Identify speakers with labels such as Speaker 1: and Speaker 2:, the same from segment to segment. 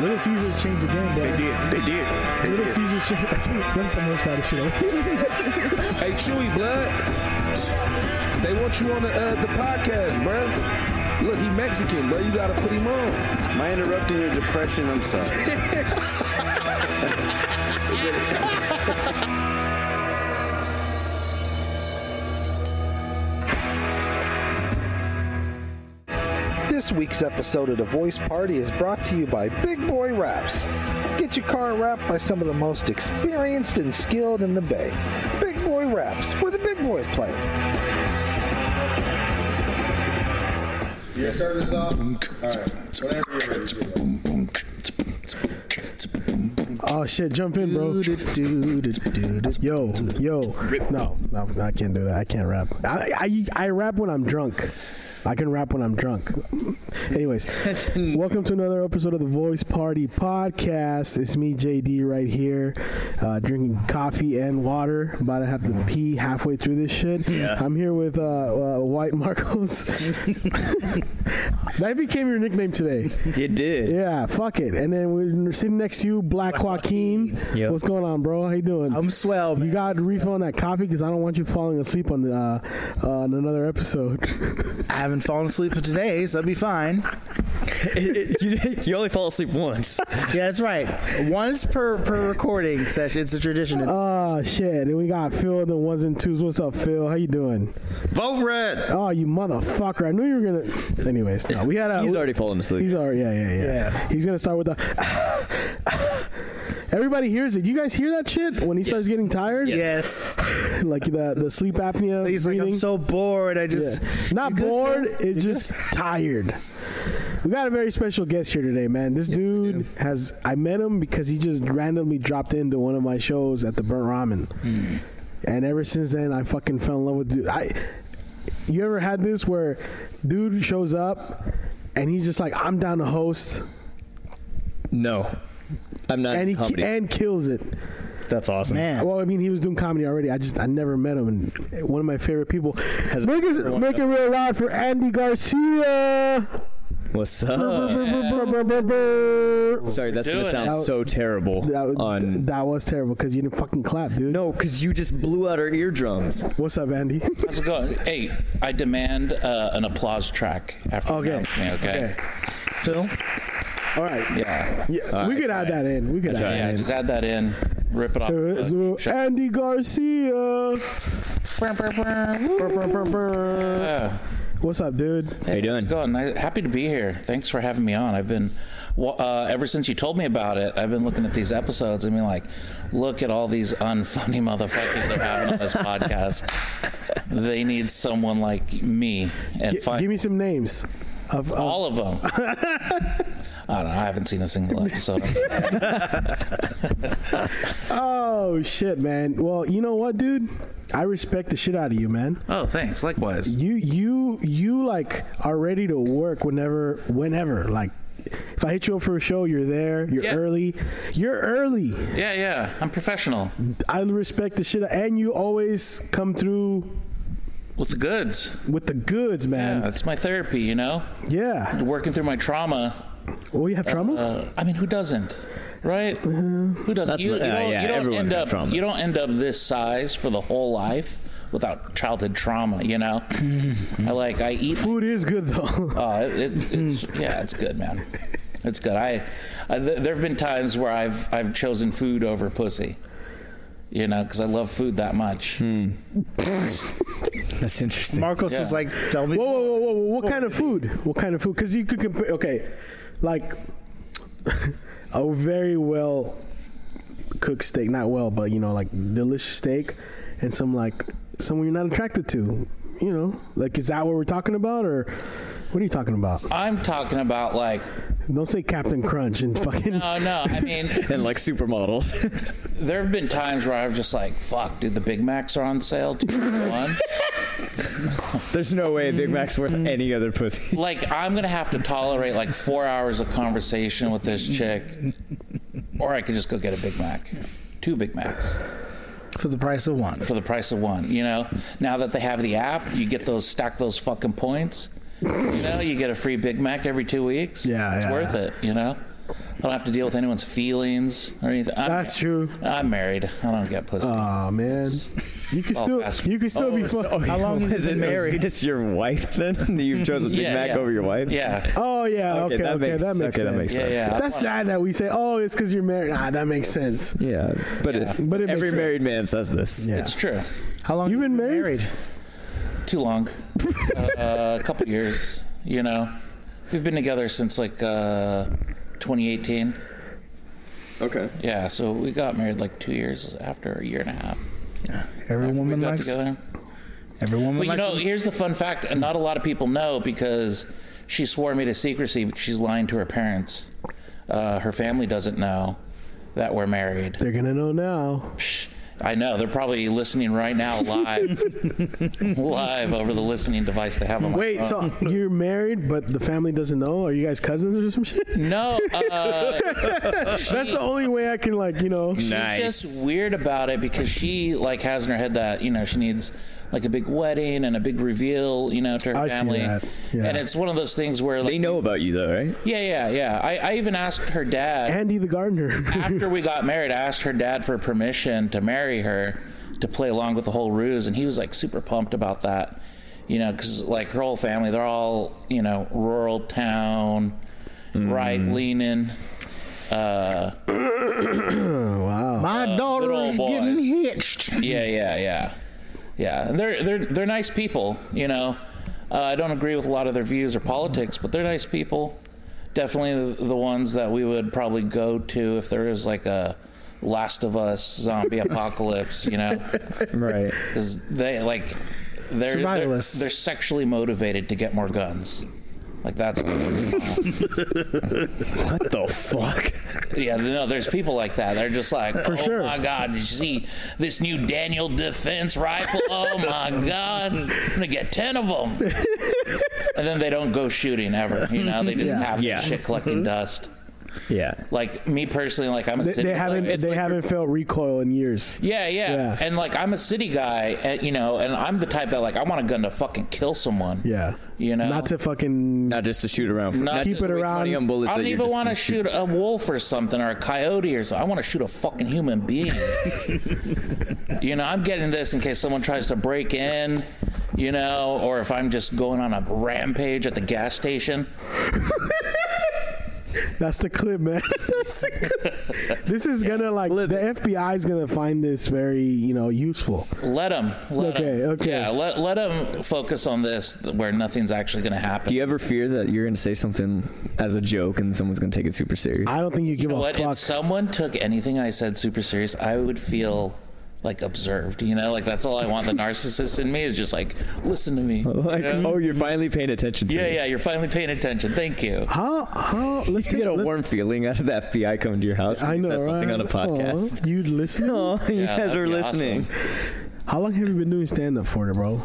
Speaker 1: Little Caesars changed the game, bro.
Speaker 2: They did. They did. They
Speaker 1: Little
Speaker 2: did.
Speaker 1: Caesars changed. That's, that's some more shot of shit.
Speaker 2: Hey, Chewy Blood. They want you on the, uh, the podcast, bruh. Look, he Mexican, bro. You gotta put him on.
Speaker 3: Am I interrupting your depression? I'm sorry.
Speaker 4: This week's episode of The Voice Party is brought to you by Big Boy Wraps. Get your car wrapped by some of the most experienced and skilled in the Bay. Big Boy Wraps, where the big boys play.
Speaker 5: You're starting this off? Alright. Whatever you're ready. to do.
Speaker 1: oh shit, jump in, bro. Yo, yo. No, no, I can't do that. I can't rap. I, I, I rap when I'm drunk. I can rap when I'm drunk. Anyways, welcome to another episode of the Voice Party Podcast. It's me, JD, right here, uh, drinking coffee and water. About to have to pee halfway through this shit. I'm here with uh, uh, White Marcos. that became your nickname today.
Speaker 3: You did.
Speaker 1: Yeah, fuck it. And then we're sitting next to you, Black Joaquin.
Speaker 6: Yep.
Speaker 1: What's going on, bro? How you doing?
Speaker 6: I'm swell.
Speaker 1: you
Speaker 6: Man.
Speaker 1: got refilling that coffee because I don't want you falling asleep on the uh, uh, on another episode.
Speaker 6: I haven't fallen asleep for today, so I'll be fine.
Speaker 7: It- it- you, you only fall asleep once.
Speaker 6: Yeah, that's right. Once per per recording session. It's a tradition.
Speaker 1: oh shit! And we got Phil the ones and twos. What's up, Phil? How you doing?
Speaker 5: Vote red.
Speaker 1: Oh, you motherfucker! I knew you were gonna. Anyways, no, we had a.
Speaker 7: He's already fallen asleep.
Speaker 1: He's already. Yeah, yeah, yeah.
Speaker 6: Yeah.
Speaker 1: He's gonna start with the. Everybody hears it. You guys hear that shit when he starts getting tired?
Speaker 6: yes.
Speaker 1: Like the the sleep apnea.
Speaker 6: He's like,
Speaker 1: breathing.
Speaker 6: I'm so bored. I just
Speaker 1: Not
Speaker 6: You good,
Speaker 1: bored,
Speaker 6: Phil?
Speaker 1: it's just tired. We got a very special guest here today, man. This dude has I met him because he just randomly dropped into one of my shows at the Burnt Ramen.
Speaker 6: Hmm.
Speaker 1: And ever since then I fucking fell in love with dude. I you ever had this where dude shows up and he's just like, I'm down to host
Speaker 7: no, I'm not.
Speaker 1: and
Speaker 7: in
Speaker 1: he
Speaker 7: comedy.
Speaker 1: and kills it.
Speaker 7: That's awesome.
Speaker 6: man.
Speaker 1: Well, I mean, he was doing comedy already. I just I never met him, and one of my favorite people. make it, make it real loud for Andy Garcia.
Speaker 7: What's up?
Speaker 1: that,
Speaker 7: Sorry, that's gonna
Speaker 8: Doing
Speaker 7: sound
Speaker 1: it.
Speaker 7: so terrible. on
Speaker 1: that was terrible because you didn't fucking clap, dude.
Speaker 7: no, because you just blew out our eardrums.
Speaker 1: What's up, Andy?
Speaker 8: How's it going? Hey, I demand uh, an applause track after
Speaker 1: Okay.
Speaker 8: okay. me, okay?
Speaker 6: Phil.
Speaker 1: All right.
Speaker 8: Yeah.
Speaker 1: Yeah, we could add that in. We could
Speaker 8: Yeah, yeah,
Speaker 1: add
Speaker 8: just add that in. Rip it off.
Speaker 1: that in.
Speaker 8: Shut-
Speaker 1: Andy Garcia.
Speaker 8: Yeah.
Speaker 1: What's up, dude?
Speaker 7: How you
Speaker 8: How's
Speaker 7: doing?
Speaker 8: it going? I- Happy to be here. Thanks for having me on. I've been, wa- uh, ever since you told me about it, I've been looking at these episodes and being like, look at all these unfunny motherfuckers they're having on this podcast. They need someone like me. And
Speaker 1: Gi-
Speaker 8: find
Speaker 1: give me some names. Of, of-
Speaker 8: all of them. I don't know. I haven't seen a single episode.
Speaker 1: oh shit, man. Well, you know what, dude? I respect the shit out of you, man.
Speaker 8: oh, thanks. Likewise.
Speaker 1: you you you like are ready to work whenever whenever like if I hit you up for a show, you're there. You're
Speaker 8: Yeah.
Speaker 1: early. You're early.
Speaker 8: Yeah, yeah. I'm professional
Speaker 1: I respect the shit, and you always come through
Speaker 8: with the goods.
Speaker 1: with the goods,
Speaker 8: Yeah,
Speaker 1: man.
Speaker 8: that's my therapy, you know?
Speaker 1: Yeah.
Speaker 8: Working through my trauma.
Speaker 1: Oh, you have trauma?
Speaker 8: Uh, I mean, who doesn't? Right? Who doesn't?
Speaker 7: Mm-hmm. That's what- yeah, yeah, everyone's
Speaker 8: end
Speaker 7: got
Speaker 8: up,
Speaker 7: trauma.
Speaker 8: You don't end up this size for the whole life without childhood trauma, you know?
Speaker 7: Mm-hmm.
Speaker 8: I like, I eat.
Speaker 1: Food is good though.
Speaker 8: Oh, it, it, it's,
Speaker 7: Mm-hmm.
Speaker 8: yeah, it's good, man. It's good. I, I th- there have been times where I've I've chosen food over pussy, you know, because I love food that much.
Speaker 7: Mm. That's interesting.
Speaker 6: Marcos is like, tell me.
Speaker 1: whoa, whoa, whoa, whoa, whoa! What kind of food? What kind of food? Because you could compare. Okay, like a very well cooked steak, not well, but you know, like delicious steak, and some like someone you're not attracted to. You know, like is that what we're talking about, or what are you talking about?
Speaker 8: I'm talking about like,
Speaker 1: Don't say Captain Crunch and fucking.
Speaker 8: oh no, I mean,
Speaker 7: And like supermodels.
Speaker 8: there have been times where I've just like, fuck, dude, the Big Macs are on sale, two for one.
Speaker 7: There's no way
Speaker 1: Mm-hmm.
Speaker 7: Big Mac's worth any other pussy.
Speaker 8: like I'm gonna have to tolerate like four hours of conversation with this chick, or I could just go get a Big Mac, two Big Macs.
Speaker 6: For the price of one.
Speaker 8: for the price of one. You know, now that they have the app, you get those stack those fucking points. You know, you get a free Big Mac every two weeks.
Speaker 1: Yeah,
Speaker 8: it's
Speaker 1: yeah,
Speaker 8: worth it. You know, don't have to deal with anyone's feelings or anything. I'm,
Speaker 1: That's true. Uh,
Speaker 8: I'm married. I don't get pussy.
Speaker 1: Aw, man. You can
Speaker 8: Oh,
Speaker 1: still
Speaker 8: that's-
Speaker 1: you can still be fucked.
Speaker 8: Oh,
Speaker 6: How long has
Speaker 7: Is
Speaker 6: it
Speaker 7: it
Speaker 6: been
Speaker 7: married?
Speaker 6: married?
Speaker 7: Just your wife then? You chose a Big
Speaker 8: Yeah,
Speaker 7: Mac
Speaker 8: yeah.
Speaker 7: over your wife?
Speaker 8: Yeah.
Speaker 1: Oh yeah, okay, okay, that makes,
Speaker 7: okay,
Speaker 1: sense.
Speaker 7: that makes
Speaker 8: Yeah,
Speaker 7: sense.
Speaker 8: yeah. I
Speaker 1: That's
Speaker 8: wanna-
Speaker 1: sad that we say, oh, it's because you're married. Ah, that makes sense.
Speaker 7: Yeah, but It,
Speaker 1: But it
Speaker 7: every
Speaker 1: makes
Speaker 7: married
Speaker 1: sense.
Speaker 7: man says this.
Speaker 1: Yeah.
Speaker 8: It's true.
Speaker 6: How long
Speaker 1: You've been married?
Speaker 8: Too long. uh, a couple years, you know. We've been together since like uh, 2018.
Speaker 3: Okay.
Speaker 8: Yeah, so we got married like two years after a year and a half.
Speaker 6: Every
Speaker 8: after
Speaker 6: woman
Speaker 8: we got
Speaker 6: likes.
Speaker 8: together.
Speaker 6: Every woman
Speaker 8: But you
Speaker 6: likes.
Speaker 8: know, here's the fun fact: and not a lot of people know because she swore me to secrecy because she's lying to her parents. Uh, her family doesn't know that we're married.
Speaker 1: They're gonna know now.
Speaker 8: Psh, I know they're probably listening right now, live, live over the listening device they have on my
Speaker 1: Wait,
Speaker 8: phone.
Speaker 1: so you're married, but the family doesn't know? Are you guys cousins or some shit?
Speaker 8: no, uh,
Speaker 1: That's the only way I can, like, you know.
Speaker 8: She's just weird about it because she like has in her head that you know she needs like a big wedding and a big reveal, you know, to her
Speaker 1: I see
Speaker 8: family.
Speaker 1: that, yeah.
Speaker 8: And it's one of those things where like,
Speaker 7: They know about you though, right?
Speaker 8: Yeah, yeah, yeah. I, I even asked her dad
Speaker 1: Andy the gardener.
Speaker 8: after we got married. I asked her dad for permission to marry her to play along with the whole ruse, and he was like super pumped about that. You know, because like her whole family, they're all you know rural town, right
Speaker 1: Mm.
Speaker 8: leaning. Uh,
Speaker 6: My daughter
Speaker 8: good old
Speaker 6: is getting
Speaker 8: uh, boys.
Speaker 6: hitched.
Speaker 8: Yeah, yeah, yeah, yeah. And they're they're they're nice people. You know, uh, I don't agree with a lot of their views or politics, but they're nice people. Definitely the, the ones that we would probably go to if there is like a Last of Us zombie apocalypse. You know,
Speaker 7: Right.
Speaker 8: because they like they're, they're they're
Speaker 6: Survivalists.
Speaker 8: sexually motivated to get more guns. Like that's
Speaker 7: what the fuck?
Speaker 8: yeah no. There's people like that. They're just like oh
Speaker 1: sure.
Speaker 8: my god. Did you see this new Daniel Defense rifle? Oh my god. I'm gonna get ten of them. and then they don't go shooting ever. You know they just have
Speaker 7: Yeah.
Speaker 8: this shit collecting dust.
Speaker 7: Yeah.
Speaker 8: Like me personally, like I'm a
Speaker 1: Mm-hmm. they,
Speaker 8: city.
Speaker 1: they
Speaker 8: it's like-
Speaker 1: haven't
Speaker 8: it's
Speaker 1: they
Speaker 8: like-
Speaker 1: haven't felt recoil in years.
Speaker 8: Yeah, yeah,
Speaker 1: Yeah.
Speaker 8: And like I'm a city guy, and, you know, and I'm the type that like I want a gun to fucking kill someone.
Speaker 1: Yeah.
Speaker 8: You know?
Speaker 1: Not to fucking
Speaker 7: Not just to shoot around. For,
Speaker 8: Not
Speaker 7: not
Speaker 8: Keep
Speaker 7: just
Speaker 1: it
Speaker 7: waste
Speaker 1: around.
Speaker 7: money on bullets
Speaker 8: I
Speaker 7: that
Speaker 8: don't
Speaker 7: you're
Speaker 8: even
Speaker 7: just
Speaker 8: want to
Speaker 7: gonna
Speaker 8: shoot a wolf or something or a coyote or something. I want to shoot a fucking human being. you know, I'm getting this in case someone tries to break in, you know, or if I'm just going on a rampage at the gas station.
Speaker 1: That's the clip, man. That's the clip. this is gonna like the FBI is gonna find this very you know useful.
Speaker 8: Let them. Let 'em.
Speaker 1: Okay, okay.
Speaker 8: Yeah, let, let them focus on this where nothing's actually going to happen.
Speaker 7: Do you ever fear that you're going to say something as a joke and someone's going to take it super serious?
Speaker 1: I don't think you give
Speaker 8: know
Speaker 1: a
Speaker 8: what?
Speaker 1: fuck.
Speaker 8: If someone took anything I said super serious, I would feel like observed. You know, like that's all I want. The narcissist in me is just like, listen to me.
Speaker 7: like,
Speaker 8: you know?
Speaker 7: oh, you're finally paying attention to
Speaker 8: yeah,
Speaker 7: me.
Speaker 8: yeah. You're finally paying attention. Thank you.
Speaker 1: How how let's
Speaker 7: You
Speaker 1: take-
Speaker 7: get a
Speaker 1: let's-
Speaker 7: warm feeling out of the FBI coming to your house.
Speaker 1: I know
Speaker 7: said something
Speaker 1: right?
Speaker 7: on a podcast.
Speaker 1: Aw, you'd listen.
Speaker 7: Oh, you
Speaker 8: Yeah,
Speaker 7: guys
Speaker 8: that'd
Speaker 7: were
Speaker 8: be
Speaker 7: listening.
Speaker 1: How long have you been doing stand up for, bro?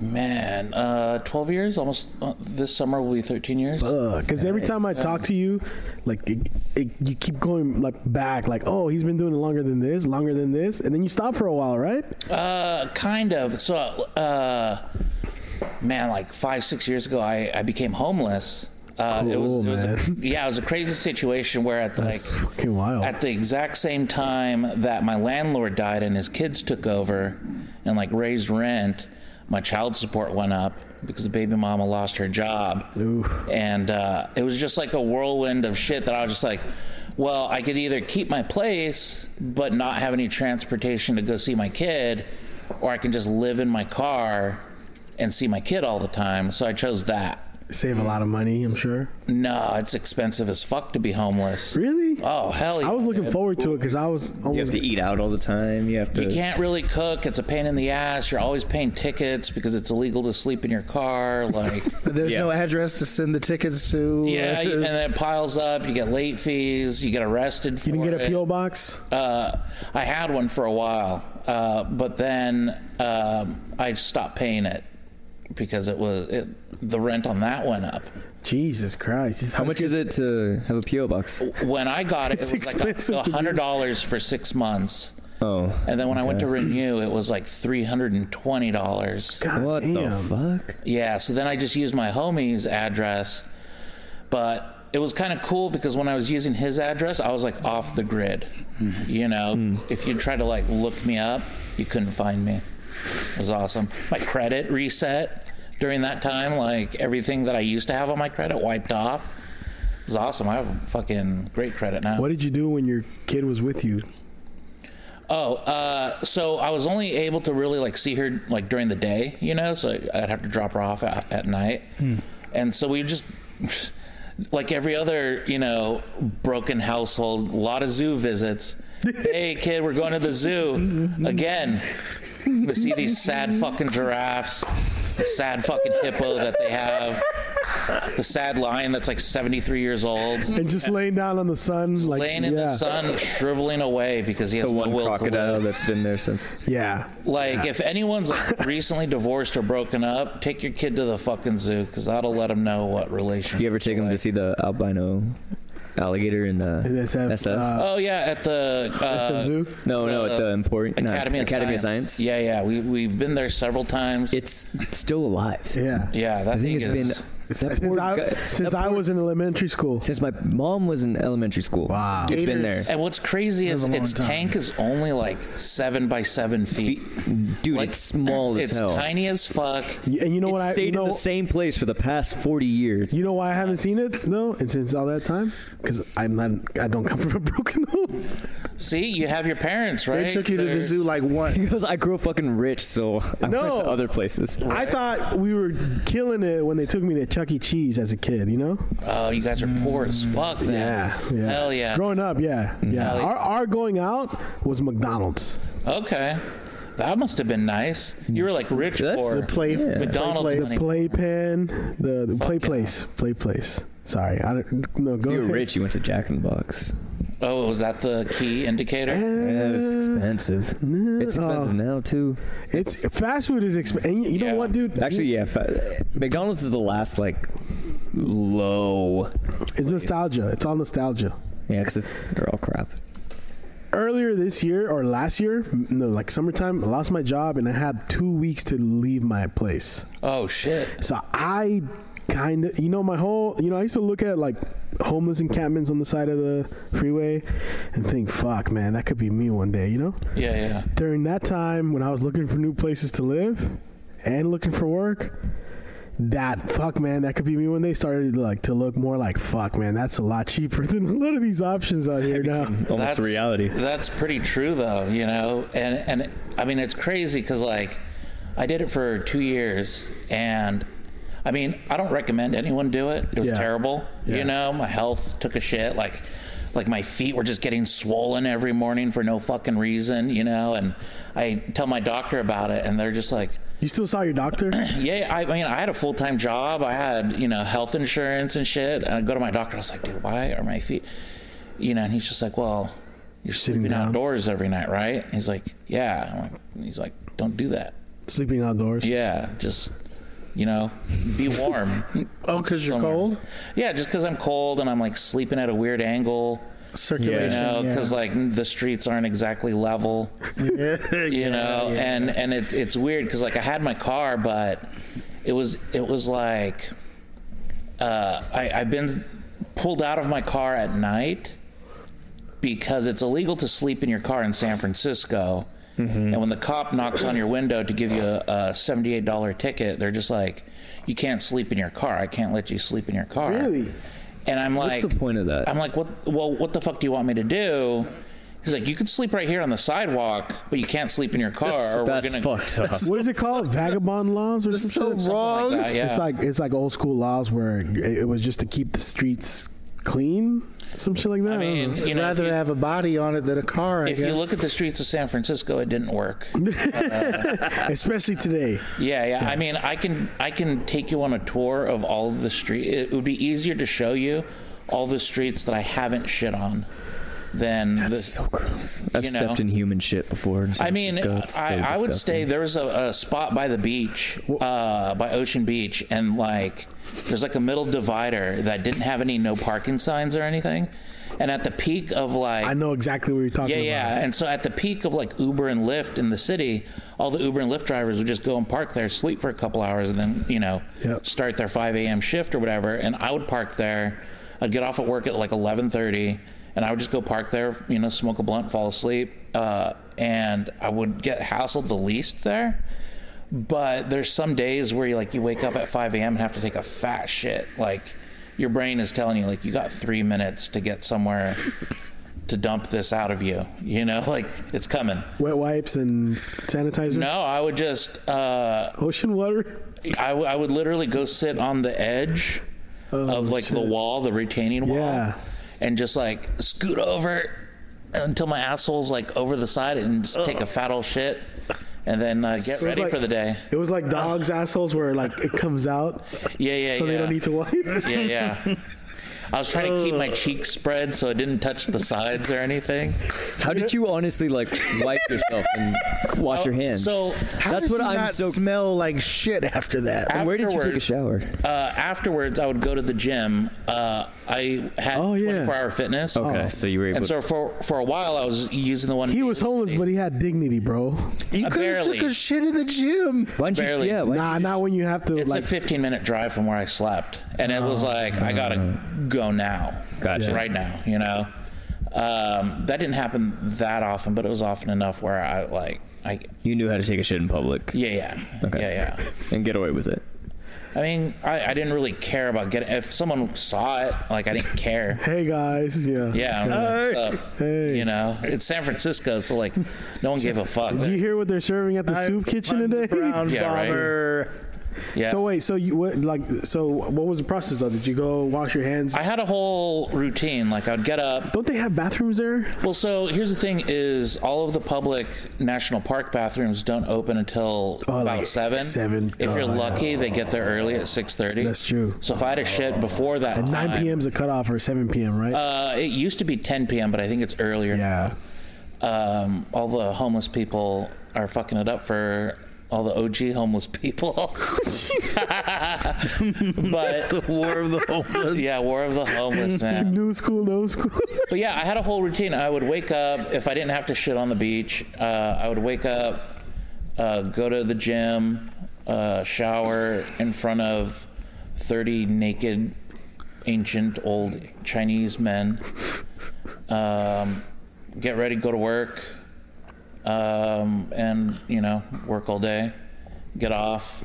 Speaker 8: Man, uh, 12 years, almost uh, this summer will be 13 years.
Speaker 1: Because every time I talk to you, like it, it, you keep going like back, like oh he's been doing it longer than this, longer than this, and then you stop for a while, right?
Speaker 8: Uh, kind of. So, uh, man, like five, six years ago, I, I became homeless. Uh, it was,
Speaker 1: Cool,
Speaker 8: it was a,
Speaker 1: man.
Speaker 8: yeah, it was a crazy situation where at
Speaker 1: That's
Speaker 8: like
Speaker 1: fucking wild.
Speaker 8: at the exact same time that my landlord died and his kids took over and like raised rent, my child support went up because the baby mama lost her job. And uh, it was just like a whirlwind of shit that I was just like, well, I could either keep my place but not have any transportation to go see my kid, or I can just live in my car and see my kid all the time. So I chose that.
Speaker 1: Save a lot of money, I'm sure.
Speaker 8: No, it's expensive as fuck to be homeless.
Speaker 1: Really?
Speaker 8: Oh hell! Yeah,
Speaker 1: I was looking
Speaker 8: dude.
Speaker 1: forward to it because I was
Speaker 7: You have
Speaker 1: almost
Speaker 7: to eat out all the time. You have to.
Speaker 8: You can't really cook. It's a pain in the ass. You're always paying tickets because it's illegal to sleep in your car. Like,
Speaker 6: But there's
Speaker 7: Yeah.
Speaker 6: no address to send the tickets to.
Speaker 8: yeah,
Speaker 6: uh,
Speaker 8: you- and then it piles up. You get late fees. You get arrested. For
Speaker 1: You didn't
Speaker 7: eh?
Speaker 1: get a
Speaker 8: it.
Speaker 1: PO box.
Speaker 8: Uh, I had one for a while, uh, but then um, I stopped paying it because it was it, the rent on that went up.
Speaker 1: Jesus Christ! This
Speaker 7: How much is it to have a PO box?
Speaker 8: When I got it,
Speaker 1: It's
Speaker 8: it was
Speaker 1: expensive to
Speaker 8: like a
Speaker 1: do.
Speaker 8: hundred dollars for six months.
Speaker 7: Oh,
Speaker 8: And then when I went to renew, it was like three hundred and twenty dollars.
Speaker 1: God
Speaker 7: what
Speaker 1: damn.
Speaker 7: the fuck?
Speaker 8: Yeah, so then I just used my homie's address, but it was kind of cool because when I was using his address, I was like off the grid. You know, if you try to like look me up, you couldn't find me. It was awesome. My credit reset during that time, like everything that I used to have on my credit wiped off. It was awesome. I have fucking great credit now.
Speaker 1: What did you do when your kid was with you?
Speaker 8: Oh, uh, so I was only able to really like see her like during the day, you know. So I'd have to drop her off at, at night,
Speaker 1: Hmm.
Speaker 8: and so we just like every other you know broken household, a lot of zoo visits. hey kid, we're going to the zoo again. To see these sad fucking giraffes, the sad fucking hippo that they have, the sad lion that's like seventy three years old
Speaker 1: And just laying down on the sun, like
Speaker 8: laying
Speaker 1: yeah,
Speaker 8: in the sun, shriveling away because he has
Speaker 7: The one
Speaker 8: no will to
Speaker 7: crocodile
Speaker 8: live.
Speaker 7: that's been there since.
Speaker 1: yeah.
Speaker 8: Like, if anyone's like recently divorced or broken up, take your kid to the fucking zoo because that'll let them know what relationship.
Speaker 7: You ever take them to see the albino alligator in uh,
Speaker 1: In SF,
Speaker 7: SF?
Speaker 1: uh,
Speaker 8: Oh yeah, at the uh,
Speaker 1: SF zoo.
Speaker 7: no, no, at the
Speaker 8: uh,
Speaker 7: important no,
Speaker 8: Academy, of,
Speaker 7: Academy
Speaker 8: Science.
Speaker 7: of Science.
Speaker 8: Yeah, yeah, we we've been there several times.
Speaker 7: It's still alive.
Speaker 1: Yeah.
Speaker 8: yeah, that
Speaker 7: I
Speaker 8: thing
Speaker 7: think it's
Speaker 8: is,
Speaker 7: been that
Speaker 1: Since
Speaker 7: poor
Speaker 1: I,
Speaker 7: guy-
Speaker 1: since
Speaker 7: that
Speaker 1: I
Speaker 7: poor-
Speaker 1: was in elementary school.
Speaker 7: since my mom was in elementary school.
Speaker 1: Wow.
Speaker 7: it's been there.
Speaker 6: Gators.
Speaker 8: And what's crazy is
Speaker 6: a long
Speaker 8: its
Speaker 6: time.
Speaker 8: tank is only like seven by seven feet.
Speaker 7: Dude,
Speaker 8: Like,
Speaker 7: it's small as
Speaker 8: it's
Speaker 7: hell.
Speaker 8: tiny as fuck.
Speaker 1: And you know
Speaker 7: It
Speaker 1: what I
Speaker 7: stayed
Speaker 1: you know,
Speaker 7: in the same place for the past 40 years.
Speaker 1: You know why I haven't seen it though, and since all that time, because I'm not. I don't come from a broken home.
Speaker 8: See, you have your parents, right?
Speaker 6: They took you to
Speaker 8: They're-
Speaker 6: the zoo like once.
Speaker 7: Because I grew up fucking rich, so I went
Speaker 1: No.
Speaker 7: to other places.
Speaker 1: I thought we were killing it when they took me to Chuck E. Cheese as a kid. You know?
Speaker 8: Oh, you guys are poor as fuck. Then.
Speaker 1: yeah.
Speaker 8: Hell yeah. Mm-hmm.
Speaker 1: Growing up, yeah, yeah. Our, our going out was McDonald's.
Speaker 8: Okay. That must have been nice. You were like rich
Speaker 7: That's
Speaker 8: poor.
Speaker 7: the
Speaker 6: Play
Speaker 7: Yeah.
Speaker 6: play
Speaker 8: McDonald's
Speaker 6: place.
Speaker 8: money.
Speaker 1: Playpen, the, the play
Speaker 8: yeah.
Speaker 1: place, play place. Sorry, I don't. No, go.
Speaker 7: If you were
Speaker 1: ahead.
Speaker 7: rich, you went to Jack in the Box.
Speaker 8: Oh, was that the key indicator?
Speaker 7: Yeah, it's expensive. It's expensive now, too.
Speaker 1: It's fast food is expensive. You know
Speaker 8: Yeah.
Speaker 1: what, dude?
Speaker 7: Actually, yeah. Fa- McDonald's is the last, like, low.
Speaker 1: it's nostalgia. It's all nostalgia.
Speaker 7: Yeah, because they're all crap.
Speaker 1: earlier this year or last year, no, like summertime, I lost my job and I had two weeks to leave my place.
Speaker 8: Oh shit.
Speaker 1: So I kind of, you know, my whole, you know, I used to look at like homeless encampments on the side of the freeway and think, fuck, man, that could be me one day, you know?
Speaker 8: Yeah, yeah.
Speaker 1: During that time when I was looking for new places to live and looking for work, that fuck man, that could be me when they started like to look more like fuck man. That's a lot cheaper than a lot of these options out here now.
Speaker 7: Almost
Speaker 8: That's-
Speaker 7: reality.
Speaker 8: That's pretty true though, you know. And and I mean it's crazy cuz like I did it for 2 years and I mean, I don't recommend anyone do it. It was
Speaker 1: Yeah.
Speaker 8: terrible.
Speaker 1: Yeah.
Speaker 8: You know, my health took a shit like like my feet were just getting swollen every morning for no fucking reason, you know, and I tell my doctor about it and they're just like
Speaker 1: You still saw your doctor?
Speaker 8: Yeah, I mean, I had a full time job. I had, you know, health insurance and shit. And I go to my doctor. I was like, dude, why are my feet, you know? And he's just like, well, you're
Speaker 1: Sitting
Speaker 8: sleeping
Speaker 1: down.
Speaker 8: outdoors every night, right? And he's like, yeah. I'm like- and he's like, don't do that.
Speaker 1: Sleeping outdoors.
Speaker 8: Yeah, just, you know, be warm.
Speaker 6: Oh, because you're
Speaker 8: somewhere.
Speaker 6: cold?
Speaker 8: yeah, just because I'm cold and I'm like sleeping at a weird angle, you
Speaker 6: Circulation.
Speaker 8: know,
Speaker 6: yeah.
Speaker 8: because like the streets aren't exactly level.
Speaker 6: Yeah,
Speaker 8: you
Speaker 6: yeah,
Speaker 8: know
Speaker 6: yeah.
Speaker 8: and and it's it's weird because like i had my car but it was it was like uh i i've been pulled out of my car at night because it's illegal to sleep in your car in san francisco and when the cop knocks on your window to give you a, a $78 ticket they're just like you can't sleep in your car i can't let you sleep in your car
Speaker 1: Really?
Speaker 8: and i'm like
Speaker 7: What's the point of that?
Speaker 8: I'm like, what? Well, what the fuck do you want me to do? He's like, you could sleep right here on the sidewalk, but you can't sleep in your car. or
Speaker 7: That's
Speaker 8: we're gonna,
Speaker 7: fucked up.
Speaker 1: what is it called? Vagabond laws or something?
Speaker 6: so wrong.
Speaker 8: Like that, yeah.
Speaker 1: It's like it's like old school laws where it, it was just to keep the streets clean, some shit like that.
Speaker 8: I mean, you
Speaker 6: I'd
Speaker 8: know,
Speaker 6: mm,
Speaker 8: if
Speaker 6: rather
Speaker 8: you-
Speaker 6: have a body on it than a car, I
Speaker 8: if
Speaker 6: guess.
Speaker 8: you look at the streets of San Francisco, it didn't work.
Speaker 1: especially today.
Speaker 8: Yeah, yeah. I mean, I can I can take you on a tour of all of the street. It would be easier to show you all the streets that I haven't shit on than the.
Speaker 7: so gross. I've
Speaker 8: you
Speaker 7: stepped
Speaker 8: know.
Speaker 7: in human shit before. in San
Speaker 8: I mean,
Speaker 7: Francisco. It's so
Speaker 8: I, I would
Speaker 7: disgusting.
Speaker 8: say there was a, a spot by the beach, uh, by Ocean Beach, and like there's like a middle divider that didn't have any no parking signs or anything. And at the peak of like,
Speaker 1: I know exactly what you're talking
Speaker 8: yeah,
Speaker 1: about.
Speaker 8: yeah. And so at the peak of like Uber and Lyft in the city, all the Uber and Lyft drivers would just go and park there, sleep for a couple hours, and then, you know,
Speaker 1: Yep.
Speaker 8: start their 5 a.m. shift or whatever. And I would park there. I'd get off at work at like 11:30, and I would just go park there, you know, smoke a blunt, fall asleep, uh, and I would get hassled the least there. But there's some days where you like you wake up at 5 a.m. and have to take a fat shit. Like your brain is telling you like you got three minutes to get somewhere to dump this out of you. You know, like it's coming.
Speaker 1: Wet wipes and sanitizer.
Speaker 8: No, I would just uh,
Speaker 1: Ocean water.
Speaker 8: I, w- I would literally go sit on the edge
Speaker 1: Oh,
Speaker 8: of like the
Speaker 1: shit.
Speaker 8: wall, the retaining wall,
Speaker 1: Yeah.
Speaker 8: and just like scoot over until my asshole's like over the side and just take a fat old shit, and then uh, get
Speaker 1: It was
Speaker 8: ready
Speaker 1: like-
Speaker 8: for the day.
Speaker 1: It was like dogs' assholes where like it comes out,
Speaker 8: Yeah, yeah,
Speaker 1: so
Speaker 8: yeah.
Speaker 1: they don't need to wipe.
Speaker 8: yeah, yeah. I was trying to keep my cheeks spread so it didn't touch the sides or anything.
Speaker 7: How did you honestly like wipe yourself and wash your hands?
Speaker 8: Oh, So
Speaker 6: How
Speaker 7: that's
Speaker 6: did
Speaker 7: what
Speaker 6: you
Speaker 7: I'm
Speaker 6: not
Speaker 7: so.
Speaker 6: smell like shit after that.
Speaker 7: And where did you take a
Speaker 8: afterwards-
Speaker 7: shower?
Speaker 8: Uh, afterwards, I would go to the gym. Uh, I had
Speaker 1: Oh, yeah.
Speaker 8: 24 hour fitness.
Speaker 7: Okay, so you were able.
Speaker 8: And so for for a while, I was using the one.
Speaker 1: He was homeless, but he had dignity, bro.
Speaker 6: You could have
Speaker 8: barely.
Speaker 6: took a shit in the gym.
Speaker 7: why didn't
Speaker 8: barely.
Speaker 7: you? Yeah, why
Speaker 1: Nah, not when you have to
Speaker 8: It's
Speaker 1: like
Speaker 8: a 15 minute drive from where I slept, and it was like I gotta go now.
Speaker 7: Oh. Gotcha.
Speaker 8: Right now, you know. Um, that didn't happen that often, but it was often enough where I like I
Speaker 7: you knew how to take a shit in public
Speaker 8: yeah yeah
Speaker 7: Okay.
Speaker 8: yeah yeah.
Speaker 7: and get away with it.
Speaker 8: I mean, I, I didn't really care about getting. If someone saw it, like I didn't care.
Speaker 1: Hey guys, yeah.
Speaker 8: Yeah, I'm
Speaker 1: Okay.
Speaker 8: like, "What's up?"
Speaker 1: Hey.
Speaker 8: you know, it's San Francisco, so like, no one gave a fuck.
Speaker 1: Do you hear what they're serving at the soup kitchen
Speaker 6: I'm the
Speaker 1: today?
Speaker 6: Brown
Speaker 8: Yeah, right.
Speaker 6: bomber.
Speaker 8: Yeah.
Speaker 1: So wait, so you what, like so what was the process though? Did you go wash your hands?
Speaker 8: I had a whole routine. Like I'd get up.
Speaker 1: Don't they have bathrooms there?
Speaker 8: Well, so here's the thing: is all of the public national park bathrooms don't open until
Speaker 1: Oh,
Speaker 8: about
Speaker 1: like
Speaker 8: seven.
Speaker 1: seven.
Speaker 8: If you're
Speaker 1: Oh,
Speaker 8: lucky, they get there early at six thirty.
Speaker 1: That's true.
Speaker 8: So if I had a shit before that,
Speaker 1: At 9
Speaker 8: time-
Speaker 1: p.m. is a cutoff or 7 p.m. Right?
Speaker 8: Uh, it used to be 10 p.m., but I think it's earlier.
Speaker 1: yeah.
Speaker 8: um, all the homeless people are fucking it up for all the OG homeless people. but
Speaker 6: War of the homeless.
Speaker 8: yeah, War of the Homeless, man.
Speaker 1: New school, no school.
Speaker 8: But yeah, I had a whole routine. I would wake up if I didn't have to shit on the beach. Uh, I would wake up, uh, go to the gym, uh, shower in front of thirty naked, ancient old Chinese men. Um, get ready, go to work, um, and you know work all day. Get off.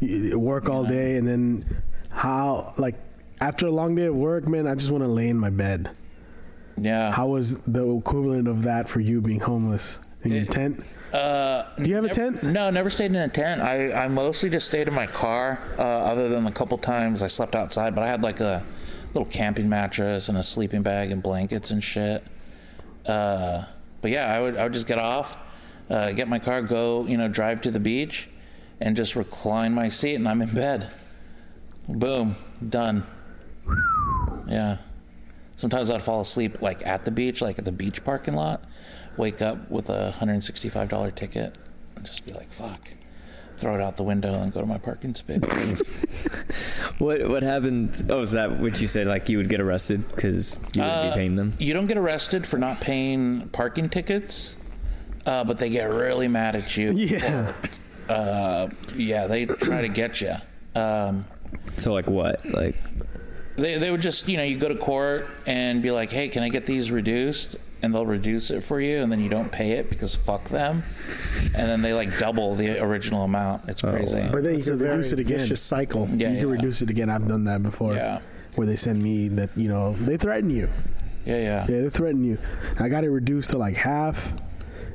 Speaker 1: You work all day and then how like after a long day of work, man, I just want to lay in my bed.
Speaker 8: Yeah.
Speaker 1: How was the equivalent of that for you being homeless in your tent?
Speaker 8: Uh,
Speaker 1: Do you have a
Speaker 8: nev-
Speaker 1: tent?
Speaker 8: No, never stayed in a tent. I, I mostly just stayed in my car, uh, other than a couple times I slept outside, but I had like a little camping mattress and a sleeping bag and blankets and shit. Uh, but yeah, I would, I would just get off, uh, get my car, go, you know, drive to the beach and just recline my seat and I'm in bed. Boom, done. Yeah. Sometimes I'd fall asleep like at the beach, like at the beach parking lot. Wake up with a hundred and sixty-five dollar ticket, and just be like, "Fuck!" Throw it out the window and go to my parking space.
Speaker 7: What what happened? Oh, is that what you said? Like you would get arrested because you would
Speaker 8: Uh,
Speaker 7: be paying them.
Speaker 8: you don't get arrested for not paying parking tickets, uh, but they get really mad at you.
Speaker 1: Yeah.
Speaker 8: Uh, yeah, they try to get you. Um,
Speaker 7: So like what? Like
Speaker 8: They, they would just, you know, you go to court and be like, hey, can I get these reduced? And they'll reduce it for you, and then you don't pay it because fuck them. And then they like double the original amount. It's crazy.
Speaker 7: wow.
Speaker 1: But then you
Speaker 6: It's a
Speaker 1: can
Speaker 6: very
Speaker 1: reduce it again.
Speaker 6: vicious cycle.
Speaker 8: Yeah,
Speaker 1: you can
Speaker 8: yeah.
Speaker 1: reduce it again. I've done that before.
Speaker 8: Yeah.
Speaker 1: Where they send me that you know they threaten you.
Speaker 8: Yeah, yeah, yeah.
Speaker 1: Yeah, they threaten you. I got it reduced to like half.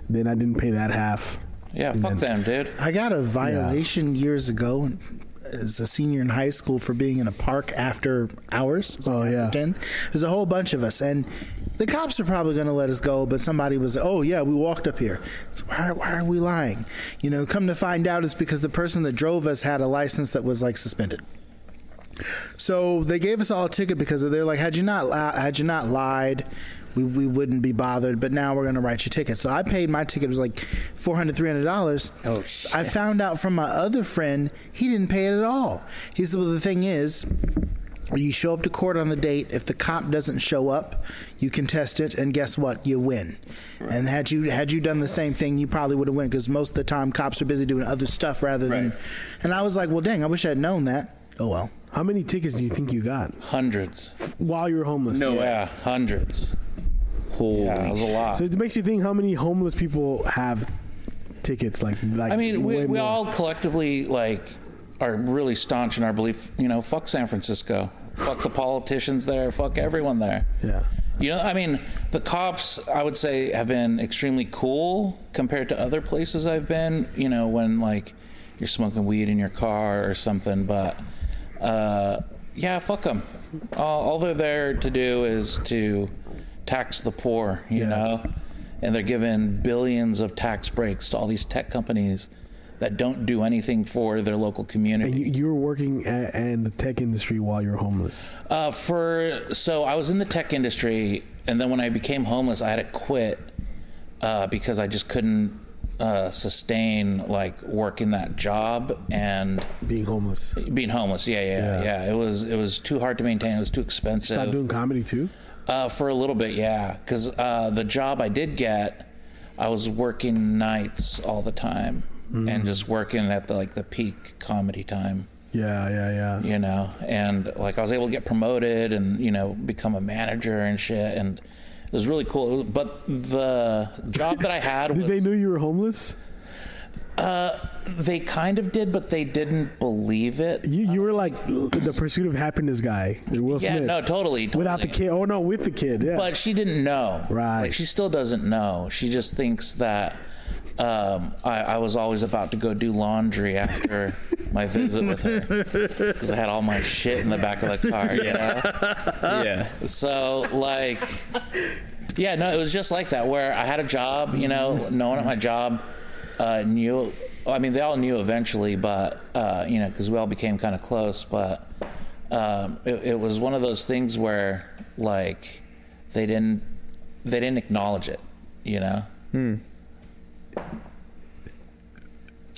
Speaker 1: Then I didn't pay that half. And
Speaker 8: fuck
Speaker 1: then-
Speaker 8: them, dude.
Speaker 6: I got a violation years ago in- as a senior in high school for being in a park after hours. It was
Speaker 1: Oh,
Speaker 6: after
Speaker 1: yeah.
Speaker 6: 10. There's a whole bunch of us. And the cops are probably going to let us go, but somebody was, oh, yeah, we walked up here. It's, why, why are we lying? You know, come to find out it's because the person that drove us had a license that was like suspended. So they gave us all a ticket because they're like, had you not li- had you not lied, we, we wouldn't be bothered. But now we're gonna write you a ticket. So I paid my ticket it was like 400 300 dollars. Oh shit! I found out from my other friend he didn't pay it at all. He said, well, the thing is. You show up to court on the date. If the cop doesn't show up, you contest it, and guess what? You win. And had you had you done the same thing, you probably would have won because most of the time cops are busy doing other stuff rather than. And I was like, well, dang, I wish I'd known that. Oh well.
Speaker 1: How many tickets do you think you got
Speaker 8: Hundreds.
Speaker 1: while you were homeless?
Speaker 7: No.
Speaker 8: Yeah, hundreds.
Speaker 7: Holy
Speaker 8: Yeah, it was a lot.
Speaker 1: So it makes you think how many homeless people have tickets like like
Speaker 8: I mean, we,
Speaker 1: way
Speaker 8: we
Speaker 1: more.
Speaker 8: all collectively like are really staunch in our belief. You know, fuck San Francisco, fuck the politicians there, fuck everyone there.
Speaker 1: Yeah.
Speaker 8: You know, I mean, the cops, I would say, have been extremely cool compared to other places I've been. You know, when like you're smoking weed in your car or something, but uh, yeah, fuck them. All, all they're there to do is to tax the poor. You know, and they're giving billions of tax breaks to all these tech companies that don't do anything for their local community.
Speaker 1: And you, you were working at, in the tech industry while you were homeless.
Speaker 8: Uh, for so I was in the tech industry, and then when I became homeless, I had to quit uh, because I just couldn't uh, sustain like working that job and
Speaker 1: Being homeless.
Speaker 8: being homeless. Yeah, yeah,
Speaker 1: Yeah.
Speaker 8: yeah. It was it was too hard to maintain. It was too expensive.
Speaker 1: Stop doing comedy too.
Speaker 8: Uh, for a little bit, yeah. Because uh, the job I did get, I was working nights all the time
Speaker 1: Mm.
Speaker 8: and just working at the like the peak comedy time
Speaker 1: Yeah, yeah, yeah.
Speaker 8: you know and like i was able to get promoted and you know become a manager and shit and it was really cool but the job that i had was, uh,
Speaker 1: Did they know you were homeless?
Speaker 8: they kind of did but they didn't believe it
Speaker 1: You you were like the pursuit of happiness guy, Will
Speaker 8: yeah
Speaker 1: Smith.
Speaker 8: no totally, totally
Speaker 1: Without the kid. Oh no, with the kid. Yeah.
Speaker 8: but she didn't know
Speaker 1: Right.
Speaker 8: like, she still doesn't know she just thinks that um, I, I was always about to go do laundry after my visit with her because I had all my shit in the back of the car, you know?
Speaker 7: yeah.
Speaker 8: So like, yeah, no, it was just like that where I had a job, you know, no one at my job uh, knew. I mean, they all knew eventually, but uh, you know, because we all became kind of close. But um, it, it was one of those things where like they didn't they didn't acknowledge it, you know.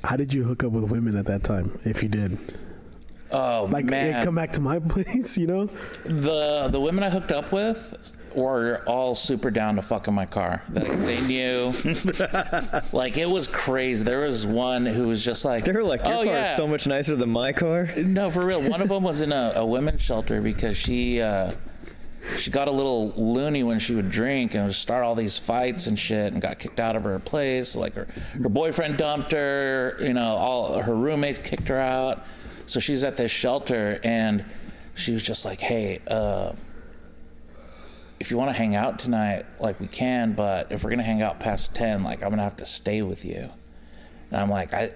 Speaker 1: How did you hook up with women at that time? If you did,
Speaker 8: Oh
Speaker 1: like,
Speaker 8: man,
Speaker 1: hey, come back to my place, you know?
Speaker 8: The the women I hooked up with were all super down to fuck in my car. That they knew, like it was crazy. There was one who was just like,
Speaker 7: They were like, your
Speaker 8: "Oh,
Speaker 7: car
Speaker 8: yeah."
Speaker 7: is so much nicer than my car.
Speaker 8: No, for real. One of them was in a, a women's shelter because she uh, she got a little loony when she would drink and would start all these fights and shit, and got kicked out of her place. Like her her boyfriend dumped her. You know, all her roommates kicked her out. So she's at this shelter and she was just like, "Hey, uh, if you want to hang out tonight, like we can, but if we're gonna hang out past ten, like I'm gonna have to stay with you." And I'm like, I,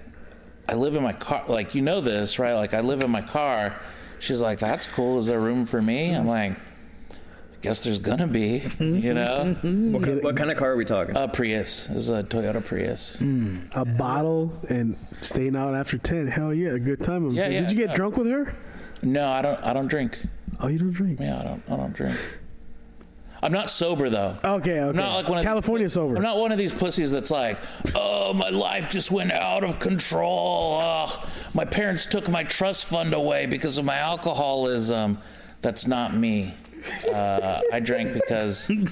Speaker 8: I live in my car. Like, you know this, right? Like, I live in my car. She's like, that's cool. Is there room for me? I'm like, guess there's gonna be, you know?
Speaker 7: What, ki- what kind of car are we talking?
Speaker 8: A Prius. This is a Toyota Prius.
Speaker 1: A bottle and staying out after ten. Hell yeah, a good time. I'm
Speaker 8: Yeah,
Speaker 1: sure.
Speaker 8: yeah,
Speaker 1: did you get
Speaker 8: yeah.
Speaker 1: drunk with her?
Speaker 8: No, I don't. I don't drink.
Speaker 1: Oh, you don't drink.
Speaker 8: Yeah, I don't. I don't drink. I'm not sober though.
Speaker 1: Okay,
Speaker 8: I'm
Speaker 1: okay.
Speaker 8: not like one of these-
Speaker 1: California sober.
Speaker 8: I'm not one of these pussies that's like, oh, my life just went out of control. Ugh, my parents took my trust fund away because of my alcoholism. That's not me. Uh, I drank because it,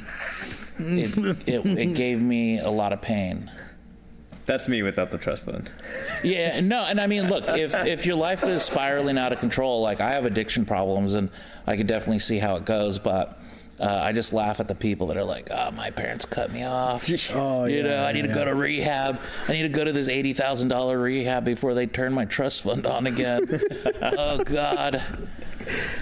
Speaker 8: it, it gave me a lot of pain.
Speaker 7: That's me without the trust fund.
Speaker 8: Yeah, no, and I mean, look, if if your life is spiraling out of control, like I have addiction problems, and I can definitely see how it goes, but. Uh, I just laugh at the people that are like, "Ah, my parents cut me off.
Speaker 1: Oh,
Speaker 8: you
Speaker 1: yeah,
Speaker 8: know, I need to
Speaker 1: yeah.
Speaker 8: go to rehab. I need to go to this eighty thousand dollar rehab before they turn my trust fund on again. oh God,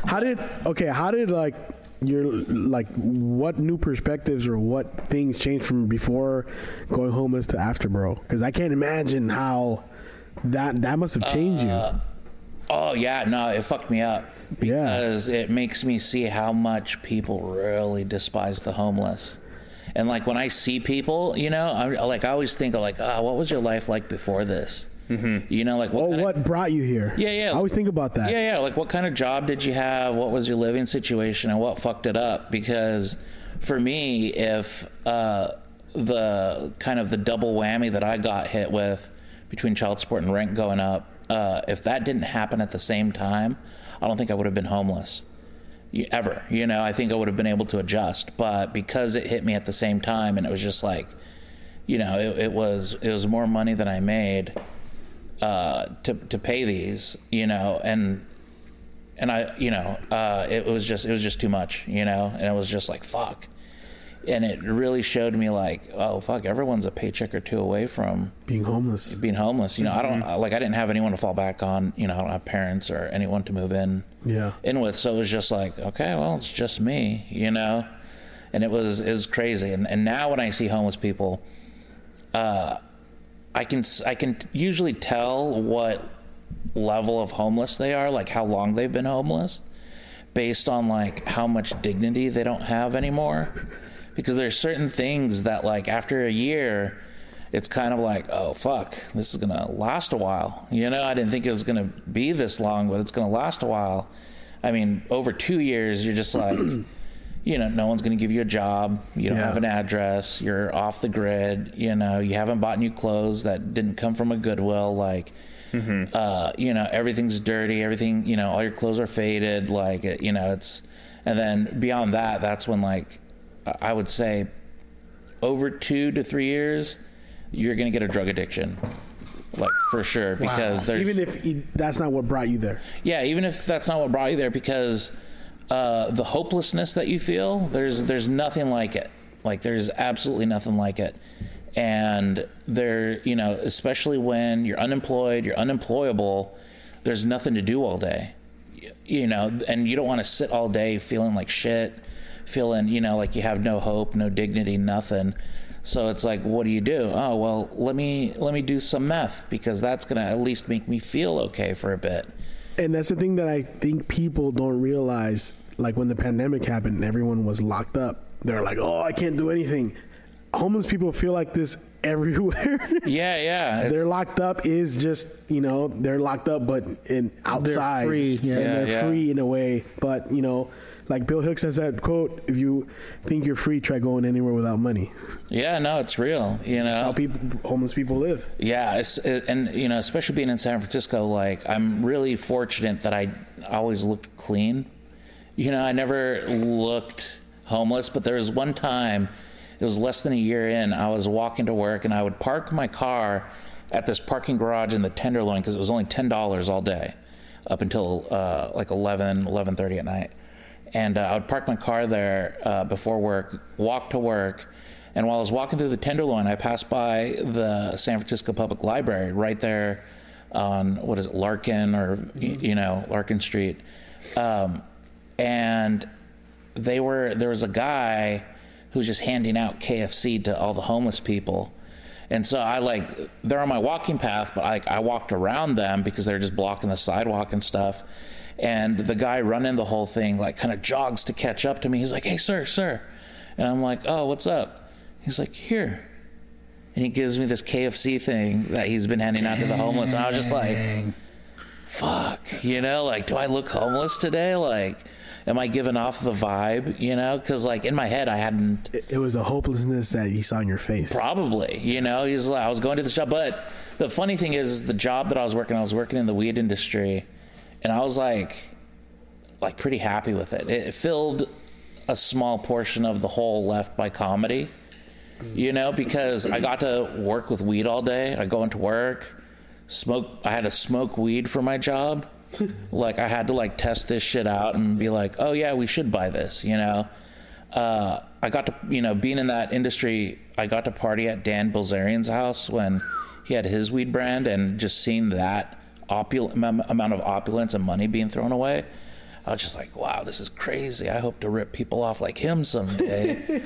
Speaker 1: How did okay? How did like your like what new perspectives or what things changed from before going homeless to after, bro? Because I can't imagine how that that must have changed
Speaker 8: Uh, oh yeah, no, it fucked me up because it makes me see how much people really despise the homeless. And like when I see people, you know, I like I always think like, oh, what was your life like before this? Mm-hmm. You know, like
Speaker 1: you.
Speaker 8: what?
Speaker 1: Or
Speaker 8: kind of-
Speaker 1: what brought you here?
Speaker 8: Yeah, yeah.
Speaker 1: I always think about that.
Speaker 8: yeah, yeah. Like, what kind of job did you have? What was your living situation, and what fucked it up? Because for me, if uh, the kind of the double whammy that I got hit with between child support and rent going up, uh, if that didn't happen at the same time, I don't think I would have been homeless y- ever. You know, I think I would have been able to adjust, but because it hit me at the same time, and it was just like, you know, it, it was it was more money than I made uh, to to pay these, you know, and and I, you know, uh, it was just it was just too much, you know, and it was just like fuck, and it really showed me like, oh fuck, everyone's a paycheck or two away from
Speaker 1: Being homeless.
Speaker 8: being homeless. You know, I don't like I didn't have anyone to fall back on. You know, I don't have parents or anyone to move in
Speaker 1: Yeah.
Speaker 8: in with. So it was just like, okay, well, it's just me, you know. And it was it was crazy. And and now when I see homeless people, uh, I can s- I can usually tell what level of homeless they are, like how long they've been homeless, based on like how much dignity they don't have anymore. Because there's certain things that like after a year. It's kind of like, oh fuck, this is gonna last a while. You know, I didn't think it was gonna be this long, but it's gonna last a while. I mean, over two years, you're just like, you know, no one's going to give you a job. You don't
Speaker 1: Yeah.
Speaker 8: have an address. You're off the grid. You know, you haven't bought new clothes that didn't come from a Goodwill. Like, uh, you know, everything's dirty. Everything, you know, all your clothes are faded. Like, it- you know, it's, and then beyond that, that's when, like, I- I would say over two to three years, you're going to get a drug addiction. Like, for sure. Because there's,
Speaker 1: Even if it, that's not what brought you there.
Speaker 8: yeah, even if that's not what brought you there, because uh, the hopelessness that you feel, there's there's nothing like it. Like there's absolutely nothing like it. And there, you know, especially when you're unemployed, you're unemployable. There's nothing to do all day, Y- you know, and you don't want to sit all day feeling like shit, feeling, you know, like you have no hope, no dignity, nothing. So it's like, what do you do? Oh well, let me let me do some meth because that's gonna at least make me feel okay for a bit.
Speaker 1: And that's the thing that I think people don't realize. Like when the pandemic happened and everyone was locked up, they're like, "Oh, I can't do anything." Homeless people feel like this everywhere.
Speaker 8: Yeah, yeah. It's-
Speaker 1: they're locked up is just you know they're locked up, but in outside,
Speaker 6: free, yeah.
Speaker 1: and
Speaker 8: Yeah,
Speaker 1: they're
Speaker 8: yeah.
Speaker 1: free in a way. But you know, like Bill Hicks has that quote: "If you think you're free, try going anywhere without money."
Speaker 8: yeah, no, it's real. You know,
Speaker 1: That's how people, homeless people live.
Speaker 8: yeah, it's, it, and you know, especially being in San Francisco, like I'm really fortunate that I always looked clean. You know, I never looked homeless, but there was one time, it was less than a year in, I was walking to work and I would park my car at this parking garage in the Tenderloin because it was only ten dollars all day, up until uh, like 11, 11.30 at night. and uh, I would park my car there uh, before work, walk to work, and while I was walking through the Tenderloin, I passed by the San Francisco Public Library right there on what is it, Larkin or y- you know Larkin Street, um, and they were there was a guy who was just handing out KFC to all the homeless people. And so I like they're on my walking path, but I I walked around them because they're just blocking the sidewalk and stuff. And the guy running the whole thing like kind of jogs to catch up to me. He's like, "Hey, sir, sir," and I'm like, "Oh, what's up?" He's like, "Here," and he gives me this KFC thing that he's been handing out to the homeless. And I was just like, "Fuck," you know, like, do I look homeless today? Like, am I giving off the vibe? You know, because like in my head, I hadn't.
Speaker 1: It, it was the hopelessness that he saw in your face.
Speaker 8: Probably, you know, he's like, I was going to the job, but the funny thing is, is the job that I was working, I was working in the weed industry, and I was like, like pretty happy with it. It filled a small portion of the hole left by comedy, you know, because I got to work with weed all day. I go into work, smoke. I had to smoke weed for my job. like I had to like test this shit out and be like, oh yeah, we should buy this, you know uh, I got to, you know, being in that industry, I got to party at Dan Bilzerian's house when he had his weed brand, and just seeing that opul- am- amount of opulence and money being thrown away, I was just like, wow, this is crazy. I hope to rip people off like him someday.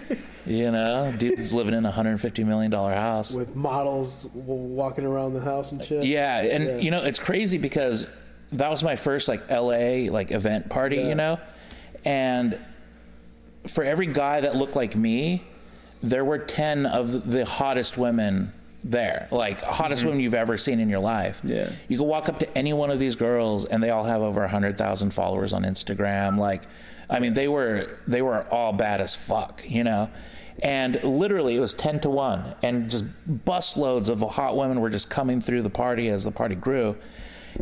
Speaker 8: you know, dude's living in a $150 million house.
Speaker 1: With models w- walking around the house and shit.
Speaker 8: Yeah, and
Speaker 1: Yeah.
Speaker 8: you know it's crazy because that was my first like LA like event party, you know, and for every guy that looked like me, there were ten of the hottest women there, like hottest women you've ever seen in your life.
Speaker 7: Yeah.
Speaker 8: you could walk up to any one of these girls, and they all have over hundred thousand followers on Instagram. Like, I mean, they were they were all bad as fuck, you know. And literally, it was ten to one, and just busloads of hot women were just coming through the party as the party grew.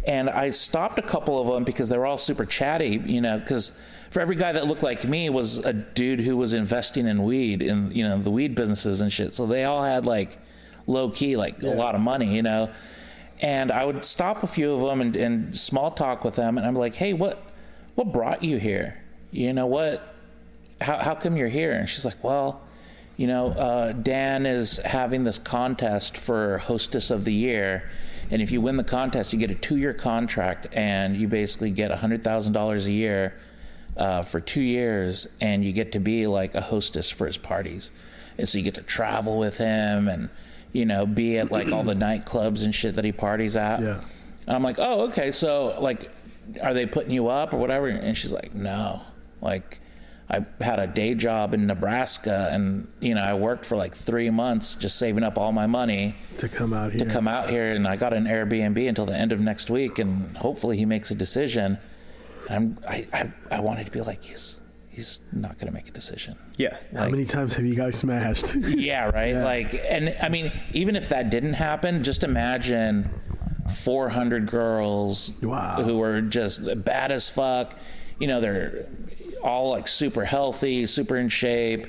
Speaker 8: And I stopped a couple of them because they were all super chatty, you know. Because for every guy that looked like me was a dude who was investing in weed in you know the weed businesses and shit. So they all had like low key like a lot of money, you know. And I would stop a few of them and, and small talk with them, and I'm like, hey, what what brought you here? You know what? How how come you're here?" And she's like, "Well." You know, uh, Dan is having this contest for Hostess of the Year, and if you win the contest, you get a two-year contract, and you basically get hundred thousand dollars a year uh, for two years, and you get to be like a hostess for his parties, and so you get to travel with him, and you know, be at like all the nightclubs and shit that he parties at.
Speaker 1: Yeah.
Speaker 8: And I'm like, oh, okay, so like, are they putting you up or whatever? And she's like, no, like. I had a day job in Nebraska, and you know I worked for like three months, just saving up all my money
Speaker 1: to come out here.
Speaker 8: to come out here and I got an Airbnb until the end of next week and hopefully he makes a decision. And I'm I, I, I wanted to be like he's he's not gonna make a decision.
Speaker 7: Yeah.
Speaker 1: How many times have you guys smashed?
Speaker 8: Yeah, right. Like and I mean, even if that didn't happen, just imagine four hundred girls
Speaker 1: Wow.
Speaker 8: who were just bad as fuck. You know, they're all like super healthy, super in shape.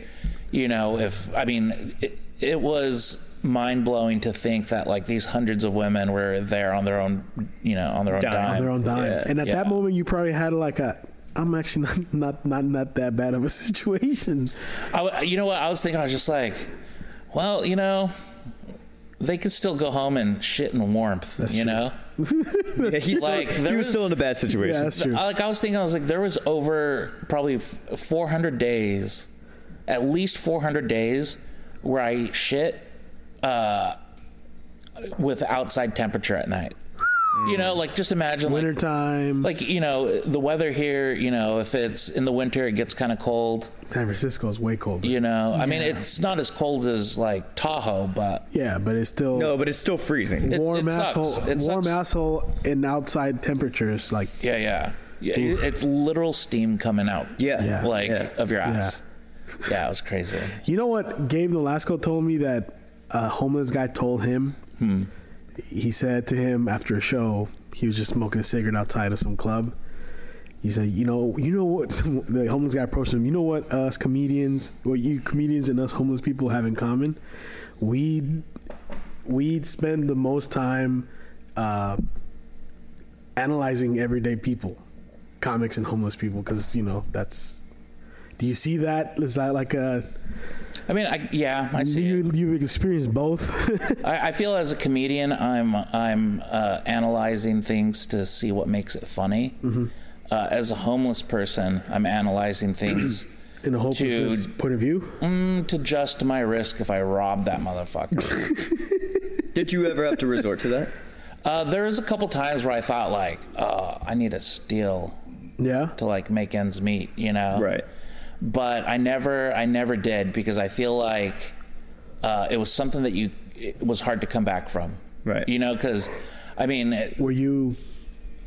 Speaker 8: You know, if I mean, it, it was mind blowing to think that like these hundreds of women were there on their own, you know, on their own
Speaker 7: Dime.
Speaker 8: dime.
Speaker 1: on their own dime.
Speaker 7: Yeah,
Speaker 1: and at that
Speaker 8: yeah.
Speaker 1: moment, you probably had like a, I'm actually not not not, not that bad of a situation.
Speaker 8: I w you know what? I was thinking, I was just like, well, you know, they could still go home and shit in warmth, you
Speaker 1: true.
Speaker 8: know?
Speaker 7: Yeah, he's
Speaker 8: Like,
Speaker 7: still, he
Speaker 8: there
Speaker 7: was
Speaker 8: is-
Speaker 7: still in a bad
Speaker 1: Yeah,
Speaker 7: situation.
Speaker 1: that's true.
Speaker 8: I- like I was thinking, I was like, there was over probably f- 400 days, at least 400 days, where I shit uh, with outside temperature at night. You know, like just imagine like,
Speaker 1: Wintertime,
Speaker 8: like you know the weather here. You know, if it's in the winter, it gets kind of cold.
Speaker 1: San Francisco is way colder.
Speaker 8: You know, I mean, it's not as cold as like Tahoe, but
Speaker 1: Yeah, but it's still
Speaker 7: No, but it's still freezing.
Speaker 8: It-
Speaker 1: warm
Speaker 8: sucks.
Speaker 1: asshole.
Speaker 8: It
Speaker 1: warm
Speaker 8: sucks.
Speaker 1: asshole and outside temperatures like
Speaker 8: yeah, yeah, yeah. It's literal steam coming out.
Speaker 7: Yeah. Yeah.
Speaker 8: like
Speaker 7: Yeah.
Speaker 8: of your ass. yeah it was crazy.
Speaker 1: You know what Gabe Nolasco told me that a homeless guy told him? He said to him after a show, he was just smoking a cigarette outside of some club. He said, "You know, you know what?" the homeless guy approached him. You know what us comedians, what you comedians and us homeless people have in common? We we'd spend the most time uh, analyzing everyday people, comics and homeless people, because you know that's. Do you see that? Is that like a
Speaker 8: I mean, I, yeah, I see. it.
Speaker 1: you, you've experienced both.
Speaker 8: I, I feel as a comedian, I'm I'm uh, analyzing things to see what makes it funny.
Speaker 7: Mm-hmm.
Speaker 8: Uh, as a homeless person, I'm analyzing things
Speaker 1: in a hopelessness
Speaker 8: Dude.
Speaker 1: point of view.
Speaker 8: mm, to just my risk if I rob that motherfucker.
Speaker 7: Did you ever have to resort to that?
Speaker 8: uh, there was a couple times where I thought like, uh, I need to steal
Speaker 1: Yeah.
Speaker 8: to like make ends meet, you know?
Speaker 7: Right.
Speaker 8: But I never, I never did because I feel like uh, it was something that you it was hard to come back from.
Speaker 7: Right.
Speaker 8: You know, because I mean,
Speaker 1: Were you?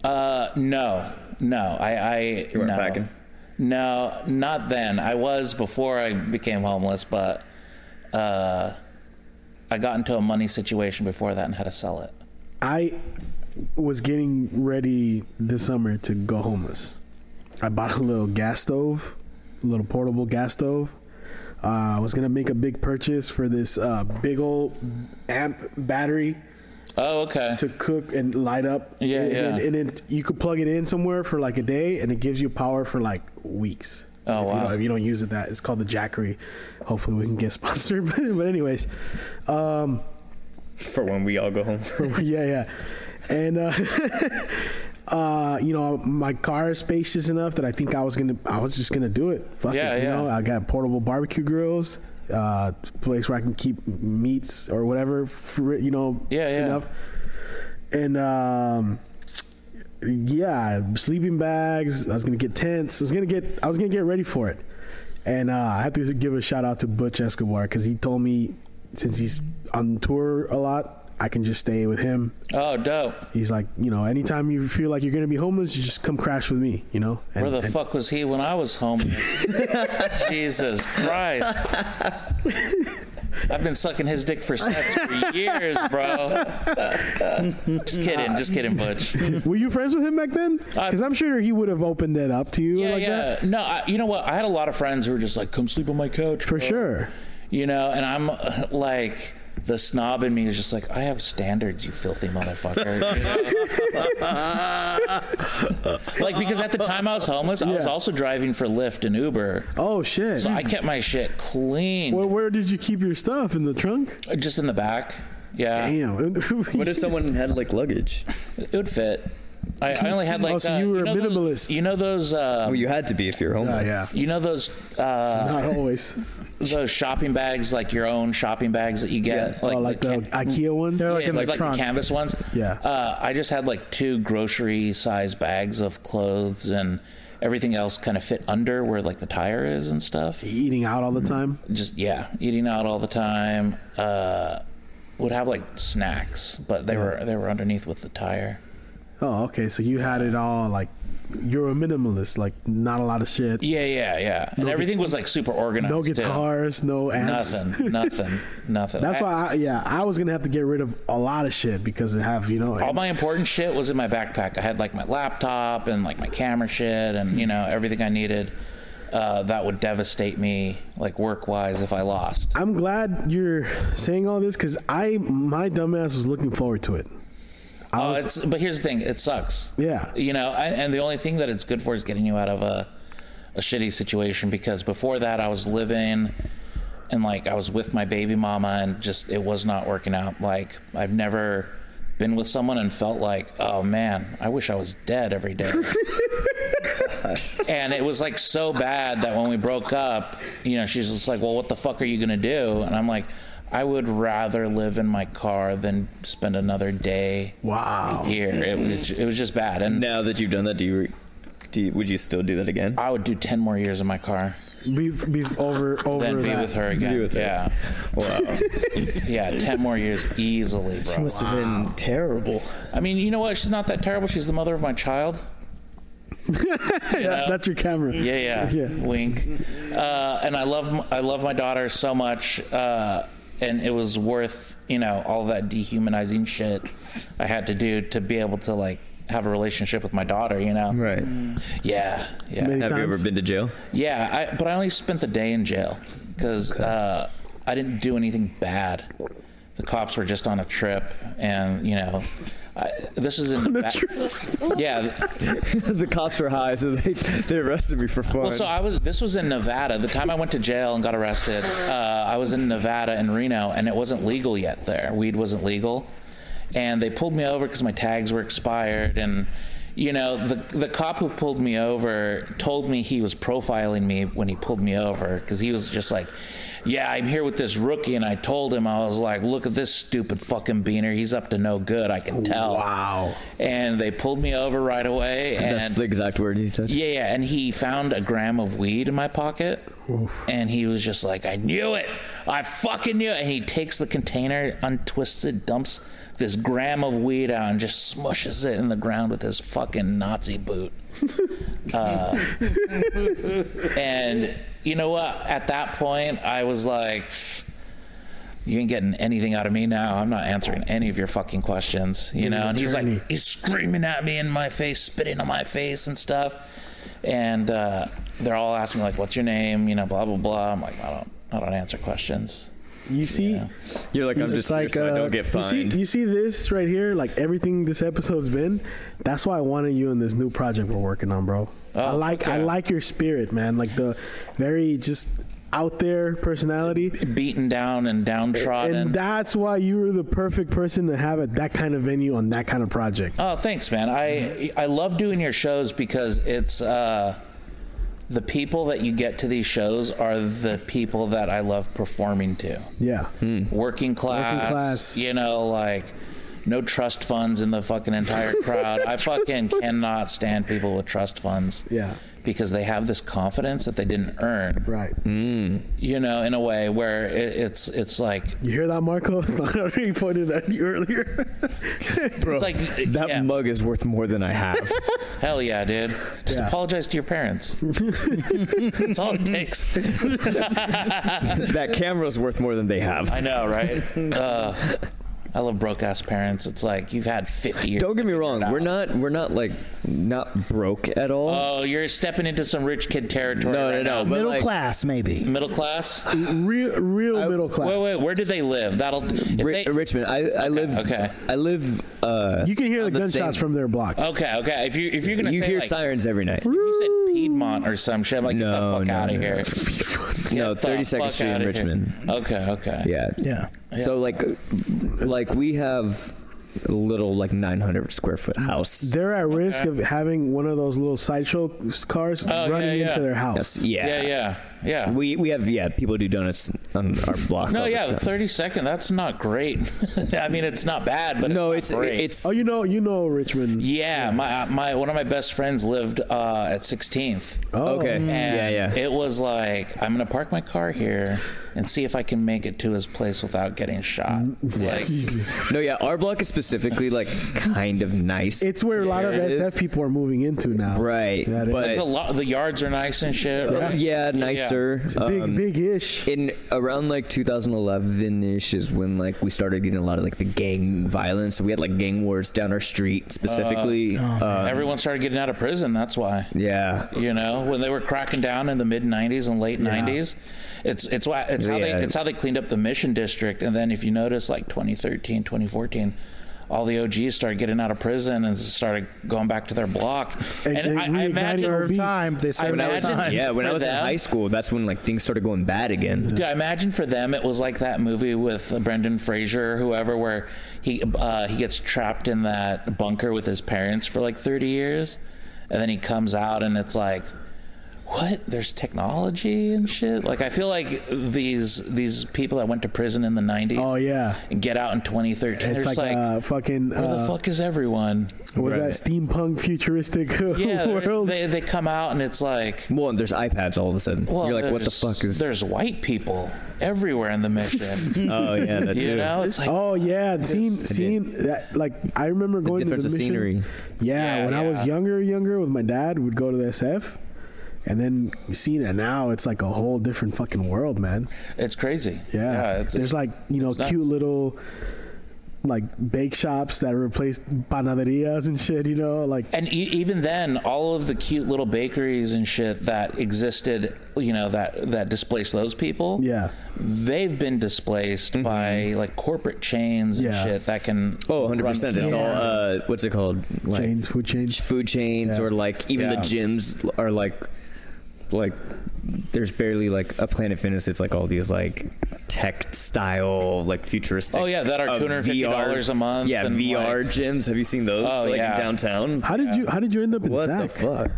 Speaker 8: Uh, no, no. I, I you
Speaker 7: weren't
Speaker 8: no.
Speaker 7: packing?
Speaker 8: No, not then. I was before I became homeless, but uh, I got into a money situation before that and had to sell it.
Speaker 1: I was getting ready this summer to go homeless. I bought a little gas stove, a little portable gas stove. Uh, I was gonna make a big purchase for this uh, big old amp battery
Speaker 8: Oh, okay.
Speaker 1: to cook and light up.
Speaker 8: Yeah,
Speaker 1: and,
Speaker 8: yeah.
Speaker 1: And, and it, you could plug it in somewhere for like a day, and it gives you power for like weeks. if
Speaker 8: Oh,
Speaker 1: You
Speaker 8: wow.
Speaker 1: don't, if you don't use it, that it's called the Jackery. Hopefully, we can get sponsored. But, but anyways, um,
Speaker 7: For when we all go home.
Speaker 1: yeah, yeah, and. Uh, Uh, you know, my car is spacious enough that I think I was gonna, I was just gonna do it. Fuck
Speaker 8: Yeah,
Speaker 1: it, you
Speaker 8: yeah.
Speaker 1: know. I got portable barbecue grills, uh, place where I can keep meats or whatever, fr- you know,
Speaker 8: Yeah, yeah.
Speaker 1: enough. And um, yeah, sleeping bags. I was gonna get tents. I was gonna get. I was gonna get ready for it. And uh, I have to give a shout out to Butch Escobar because he told me since he's on tour a lot, I can just stay with him.
Speaker 8: Oh, dope.
Speaker 1: He's like, you know, anytime you feel like you're gonna be homeless, you just come crash with me. You know. And,
Speaker 8: Where the
Speaker 1: and-
Speaker 8: fuck was he when I was homeless? Jesus Christ. I've been sucking his dick for sex for years, bro. just kidding, just kidding, Butch.
Speaker 1: Were you friends with him back then?
Speaker 8: Uh,
Speaker 1: Because I'm sure he would have opened that up to you
Speaker 8: Yeah,
Speaker 1: like
Speaker 8: yeah.
Speaker 1: that.
Speaker 8: No, I, you know what? I had a lot of friends who were just like, "Come sleep on my couch
Speaker 1: For
Speaker 8: bro."
Speaker 1: sure.
Speaker 8: You know, and I'm uh, like, the snob in me is just like, I have standards, you filthy motherfucker. like because at the time I was homeless, I was
Speaker 1: Yeah.
Speaker 8: also driving for Lyft and Uber.
Speaker 1: Oh shit.
Speaker 8: So I kept my shit clean,
Speaker 1: Well, where did you keep your stuff in the trunk?
Speaker 8: just in the back. Yeah,
Speaker 1: Damn.
Speaker 7: What if someone had like luggage?
Speaker 8: it would fit. I, I only had like.
Speaker 1: Oh, so
Speaker 8: uh,
Speaker 1: you were a
Speaker 8: know those-
Speaker 1: minimalist.
Speaker 8: you know those. Uh,
Speaker 7: Well, you had to be if you're homeless.
Speaker 1: yeah.
Speaker 8: you know those uh,
Speaker 1: Not always.
Speaker 8: those shopping bags, like your own shopping bags that you get,
Speaker 1: oh, like the,
Speaker 8: can-
Speaker 1: IKEA ones.
Speaker 6: They're like
Speaker 8: Yeah,
Speaker 6: in the
Speaker 8: like
Speaker 6: trunk.
Speaker 8: the canvas ones.
Speaker 1: Yeah.
Speaker 8: Uh, I just had like two grocery size bags of clothes and everything else kind of fit under where like the tire is and stuff.
Speaker 1: Eating out all the time.
Speaker 8: Just yeah, eating out all the time. Uh, would have like snacks, but they were they were underneath with the tire.
Speaker 1: Oh, okay. So you had it all. Like you're a minimalist. Like not a lot of shit.
Speaker 8: Yeah, yeah, yeah. And
Speaker 1: No
Speaker 8: everything was like super organized.
Speaker 1: No
Speaker 8: too.
Speaker 1: guitars. No amps.
Speaker 8: Nothing. Nothing. Nothing.
Speaker 1: That's
Speaker 8: I-
Speaker 1: why. I, yeah, I was gonna have to get rid of a lot of shit because it have you know.
Speaker 8: all my important shit was in my backpack. I had like my laptop and like my camera shit and you know everything I needed. Uh, that would devastate me like work wise if I lost.
Speaker 1: I'm glad you're saying all this because I my dumbass was looking forward to it. I
Speaker 8: Uh,
Speaker 1: was,
Speaker 8: it's, but here's the thing, it sucks.
Speaker 1: Yeah.
Speaker 8: you know, I, and the only thing that it's good for is getting you out of a a shitty situation because before that I was living and like I was with my baby mama and just it was not working out. Like I've never been with someone and felt like, oh man, I wish I was dead every day. and it was like so bad that when we broke up, you know, she's just like, "Well, what the fuck are you gonna do?" And I'm like, "I would rather live in my car than spend another day
Speaker 1: wow.
Speaker 8: here." It was it was just bad, and
Speaker 7: Now that you've done that, do you, re- do you would you still do that again?
Speaker 8: I would do ten more years in my car
Speaker 1: Be, be over over
Speaker 8: than be
Speaker 1: that.
Speaker 8: with her again.
Speaker 7: Be with her.
Speaker 8: yeah,
Speaker 7: Wow,
Speaker 8: yeah, ten more years easily,
Speaker 7: she
Speaker 8: bro.
Speaker 7: must have been terrible.
Speaker 8: I mean, you know what? She's not that terrible. She's the mother of my child.
Speaker 1: That's your camera.
Speaker 8: Yeah, yeah.
Speaker 1: Yeah.
Speaker 8: Wink. Uh, and I love m- I love my daughter so much, uh, and it was worth you know all that dehumanizing shit I had to do to be able to like have a relationship with my daughter. You know.
Speaker 7: Right.
Speaker 8: Yeah. Yeah.
Speaker 1: Many
Speaker 7: Have you ever
Speaker 1: times.
Speaker 7: been to jail?
Speaker 8: Yeah. I, but I only spent the day in jail because uh, I didn't do anything bad. The cops were just on a trip, and you know, I, this is in the back- Yeah,
Speaker 7: the cops were high, so they they arrested me for fun.
Speaker 8: Well, so I was. This was in Nevada. The time I went to jail and got arrested, uh, I was in Nevada in Reno, and it wasn't legal yet there. Weed wasn't legal, and they pulled me over because my tags were expired. And you know, the the cop who pulled me over told me he was profiling me when he pulled me over because he was just like. Yeah, I'm here with this rookie, and I told him I was like, "Look at this stupid fucking beaner. He's up to no good. I can tell."
Speaker 1: Wow.
Speaker 8: And they pulled me over right away.
Speaker 7: That's
Speaker 8: and
Speaker 7: the exact word he said.
Speaker 8: yeah, yeah, and he found a gram of weed in my pocket, and he was just like, "I knew it! I fucking knew it!" And he takes the container, untwists it, dumps this gram of weed out, and just smushes it in the ground with his fucking Nazi boot. uh, and you know what? At that point, I was like. You ain't getting anything out of me now. I'm not answering any of your fucking questions. You know, and he's like,
Speaker 1: attorney.
Speaker 8: he's screaming at me in my face, spitting on my face and stuff. And uh, they're all asking me like, "What's your name?" You know, blah blah blah. I'm like, I don't, I don't answer questions.
Speaker 1: You see,
Speaker 7: You're like, I'm just
Speaker 6: like,
Speaker 7: here so I
Speaker 6: uh,
Speaker 7: don't get
Speaker 1: you see,
Speaker 7: fined.
Speaker 1: you see this right here. Like everything this episode's been. That's why I wanted you in this new project we're working on, bro. I like I
Speaker 8: Oh, okay.
Speaker 1: like your spirit, man. Like the very just out there personality.
Speaker 8: Beaten down and downtrodden.
Speaker 1: And that's why you were the perfect person to have at that kind of venue on that kind of project.
Speaker 8: oh, thanks, man. I I love doing your shows because it's uh, the people that you get to these shows are the people that I love performing to.
Speaker 1: Yeah.
Speaker 8: Hmm. working class,
Speaker 1: class.
Speaker 8: You know, like no trust funds in the fucking entire crowd. I fucking cannot stand people with trust funds.
Speaker 1: Yeah.
Speaker 8: Because they have this confidence that they didn't earn,
Speaker 1: Right.
Speaker 8: Mm. you know, in a way where it, it's it's like
Speaker 1: You hear that, Marco? He pointed at you earlier.
Speaker 8: it's like
Speaker 7: that
Speaker 8: yeah,
Speaker 7: mug is worth more than I have.
Speaker 8: hell yeah, dude. Just
Speaker 1: Yeah.
Speaker 8: apologize to your parents. That's all it takes.
Speaker 7: that camera's worth more than they have.
Speaker 8: I know, right? Uh, I I love broke ass parents. It's like you've had 50 years.
Speaker 7: Don't get me wrong.
Speaker 8: out.
Speaker 7: We're not. We're not like not broke at all.
Speaker 8: Oh, you're stepping into some rich kid territory.
Speaker 7: No, no,
Speaker 8: right
Speaker 7: no,
Speaker 8: now.
Speaker 7: but
Speaker 6: Middle
Speaker 7: like-
Speaker 6: class, maybe.
Speaker 8: Middle class.
Speaker 1: Real, real middle class.
Speaker 8: Wait, wait. Where did they live? That'll. If
Speaker 7: Ri-
Speaker 8: they,
Speaker 7: Richmond. I, I live.
Speaker 8: okay.
Speaker 7: I live. Uh,
Speaker 1: you can hear the
Speaker 7: on the
Speaker 1: gunshots
Speaker 7: same-
Speaker 1: from their block.
Speaker 8: okay, okay. If you if you're gonna
Speaker 7: you
Speaker 8: say,
Speaker 7: hear
Speaker 8: like,
Speaker 7: sirens every night.
Speaker 8: if you said Piedmont or some shit, I'm like get the
Speaker 7: No,
Speaker 8: fuck
Speaker 7: no,
Speaker 8: out of
Speaker 7: no.
Speaker 8: here.
Speaker 7: No,
Speaker 8: Get the
Speaker 7: 32nd
Speaker 8: fuck
Speaker 7: Street in
Speaker 8: outta here.
Speaker 7: Richmond.
Speaker 8: Okay, okay.
Speaker 7: Yeah.
Speaker 6: Yeah.
Speaker 7: So like, like we have a little like 900 square foot house.
Speaker 1: They're at risk of having one of those little sideshow cars
Speaker 8: Oh,
Speaker 1: running
Speaker 8: yeah, yeah.
Speaker 1: into their house.
Speaker 7: Yeah.
Speaker 8: Yeah, yeah, yeah.
Speaker 7: We we have yeah people do donuts on our block.
Speaker 8: no,
Speaker 7: all the
Speaker 8: yeah, the
Speaker 7: time.
Speaker 8: 30 second. That's not great. I mean, it's not bad, but
Speaker 7: no,
Speaker 8: it's
Speaker 7: it's
Speaker 8: not great.
Speaker 7: it's
Speaker 1: Oh, you know, you know Richmond.
Speaker 8: yeah. My uh, my one of my best friends lived uh, at 16th.
Speaker 1: Oh,
Speaker 7: okay.
Speaker 8: And
Speaker 7: Yeah, yeah.
Speaker 8: It was like I'm gonna park my car here and see if I can make it to his place without getting shot.
Speaker 7: Mm,
Speaker 8: Like,
Speaker 1: Jesus.
Speaker 7: no, yeah. Our block is specifically like kind of nice.
Speaker 1: It's where a lot of
Speaker 7: Yeah, it is.
Speaker 1: SF people are moving into now.
Speaker 7: right,
Speaker 1: That is-
Speaker 7: but
Speaker 8: the, lo- the yards are nice and shit.
Speaker 7: uh,
Speaker 8: Right?
Speaker 7: yeah, nicer.
Speaker 1: Big,
Speaker 7: Um,
Speaker 1: big ish.
Speaker 7: in around like 2011 ish is when like we started getting a lot of like the gang violence. So we had like gang wars down our street specifically.
Speaker 8: oh,
Speaker 7: uh,
Speaker 8: Everyone started getting out of prison. That's why.
Speaker 7: yeah,
Speaker 8: You know, when they were cracking down in the mid '90s and late '90s, it's it's why it's how
Speaker 7: Yeah.
Speaker 8: they it's how they cleaned up the Mission District. And then if you notice, like 2013, 2014. All the OGs started getting out of prison and started going back to their block. And,
Speaker 1: and
Speaker 8: I, I
Speaker 1: reigniting
Speaker 8: imagine
Speaker 1: our
Speaker 6: Serve time. They serve
Speaker 8: When I was-
Speaker 6: time.
Speaker 7: yeah. When I
Speaker 8: For
Speaker 7: was in
Speaker 8: them-
Speaker 7: high school, that's when like things started going bad again.
Speaker 8: Dude, I imagine for them it was like that movie with Brendan Fraser or whoever, where he uh, he gets trapped in that bunker with his parents for like thirty years, and then he comes out and it's like, what? There's technology and shit. Like I feel like these these people that went to prison in the nineties.
Speaker 1: Oh, yeah.
Speaker 8: and get out in 2013.
Speaker 1: It's
Speaker 8: It's
Speaker 1: like,
Speaker 8: like, like
Speaker 1: uh, fucking.
Speaker 8: where
Speaker 1: uh,
Speaker 8: the fuck is everyone?
Speaker 1: was
Speaker 7: Right.
Speaker 1: that steampunk futuristic
Speaker 8: Yeah, they're-
Speaker 1: world?
Speaker 8: they they come out and it's like.
Speaker 7: Well, and there's iPads all of a sudden.
Speaker 8: Well,
Speaker 7: You're like, what the
Speaker 8: there's-
Speaker 7: fuck is?
Speaker 8: There's white people everywhere in the mission.
Speaker 7: Oh yeah, that
Speaker 8: you
Speaker 7: too.
Speaker 8: know, it's like
Speaker 1: Oh yeah, seeing seeing that like I remember going
Speaker 7: difference
Speaker 1: to
Speaker 7: of
Speaker 1: the mission.
Speaker 7: scenery.
Speaker 1: Yeah,
Speaker 8: Yeah,
Speaker 1: when I was
Speaker 8: yeah.
Speaker 1: younger, younger with my dad, we'd go to the SF, and then seeing it now, it's like a whole different fucking world, man.
Speaker 8: It's crazy.
Speaker 1: Yeah,
Speaker 8: it's,
Speaker 1: there's like you know
Speaker 8: it's nuts.
Speaker 1: cute little like bake shops that replaced panaderias and shit. You know, like
Speaker 8: and e- even then, all of the cute little bakeries and shit that existed, you know, that that displaced those people.
Speaker 1: Yeah.
Speaker 8: they've been displaced by like corporate chains and
Speaker 1: Yeah.
Speaker 8: shit that can.
Speaker 7: Mm-hmm. Oh, 100 percent.
Speaker 8: run-
Speaker 7: It's all
Speaker 6: Yeah.
Speaker 7: uh, what's it called? Like
Speaker 1: chains, food chains.
Speaker 7: food chains,
Speaker 1: Yeah.
Speaker 7: or like even
Speaker 8: Yeah.
Speaker 7: the gyms are like, like there's barely like a Planet Fitness. It's like all these like tech style, like futuristic.
Speaker 8: Oh, yeah, that are
Speaker 7: uh,
Speaker 8: $250
Speaker 7: VR
Speaker 8: a month
Speaker 7: Yeah,
Speaker 8: and,
Speaker 7: VR
Speaker 8: like-
Speaker 7: gyms. Have you seen those?
Speaker 8: Oh,
Speaker 7: like
Speaker 8: yeah. Uh,
Speaker 7: downtown.
Speaker 1: How did you How did you end up in
Speaker 7: What
Speaker 1: Sac?
Speaker 7: the fuck?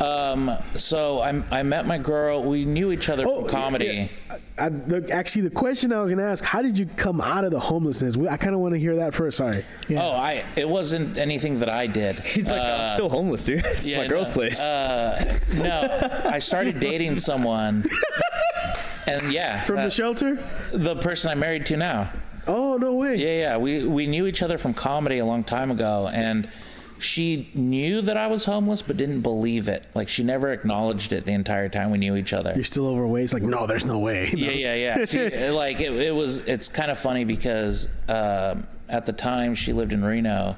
Speaker 8: Um, so I I met my girl. We knew each other
Speaker 1: Oh,
Speaker 8: from comedy.
Speaker 1: yeah. I, the, actually, the question I was gonna ask: How did you come out of the homelessness? We- I kind of want to hear that first. Sorry.
Speaker 8: Oh, I it wasn't anything that I did.
Speaker 7: He's like, I'm still homeless, dude. It's
Speaker 8: yeah,
Speaker 7: my girl's
Speaker 8: no.
Speaker 7: place.
Speaker 8: Uh, no, I started dating someone, and yeah,
Speaker 1: From the
Speaker 8: that-
Speaker 1: shelter?
Speaker 8: the person I'm married to now.
Speaker 1: Oh no way!
Speaker 8: Yeah, yeah. We we knew each other from comedy a long time ago, and she knew that I was homeless, but didn't believe it. Like she never acknowledged it the entire time we knew each other.
Speaker 1: You're still overweight. It's like no, there's no way.
Speaker 8: Yeah, yeah, yeah. She, like it, it was. It's kind of funny because um, at the time she lived in Reno,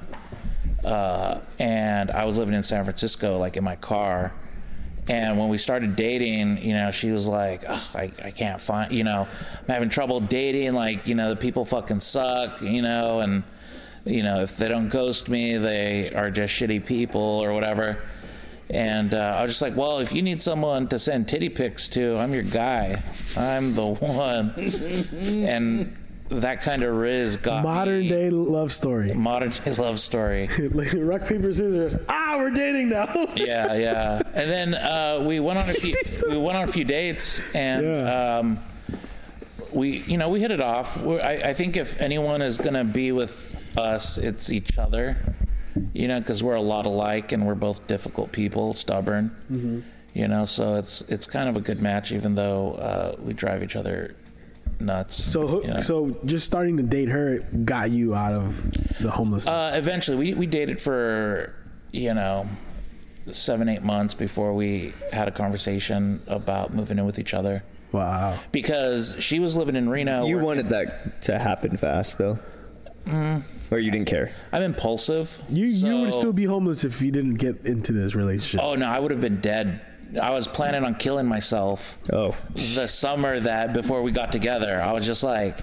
Speaker 8: uh, and I was living in San Francisco, like in my car. And when we started dating, you know, she was like, Ugh, I, I can't find, you know, I'm having trouble dating. Like, you know, the people fucking suck, you know, and, you know, if they don't ghost me, they are just shitty people or whatever. And uh, I was just like, well, if you need someone to send titty pics to, I'm your guy. I'm the one. and that kind of riz got
Speaker 1: Modern
Speaker 8: me-
Speaker 1: day love story.
Speaker 8: modern day love story.
Speaker 1: Like, Rock paper scissors. Ah, we're dating now.
Speaker 8: yeah, yeah. And then uh, we went on a few we went on a few dates, and
Speaker 1: Yeah.
Speaker 8: um, we you know we hit it off. We're, I, I think if anyone is gonna be with us, it's each other. You know, because we're a lot alike, and we're both difficult people, stubborn.
Speaker 1: Mm-hmm.
Speaker 8: You know, so it's it's kind of a good match, even though uh, we drive each other nuts.
Speaker 1: So, who,
Speaker 8: you know.
Speaker 1: so just starting to date her got you out of the homelessness.
Speaker 8: Uh, eventually, we we dated for you know seven eight months before we had a conversation about moving in with each other
Speaker 1: wow.
Speaker 8: because she was living in Reno.
Speaker 7: you
Speaker 8: working- Mm.
Speaker 7: wanted that to happen fast, though. Or you didn't care?
Speaker 8: I'm impulsive.
Speaker 1: You you would
Speaker 8: so-
Speaker 1: still be homeless if you didn't get into this relationship.
Speaker 8: Oh no, I would have been dead. I was planning on killing myself
Speaker 7: Oh.
Speaker 8: the summer that before we got together. I was just like,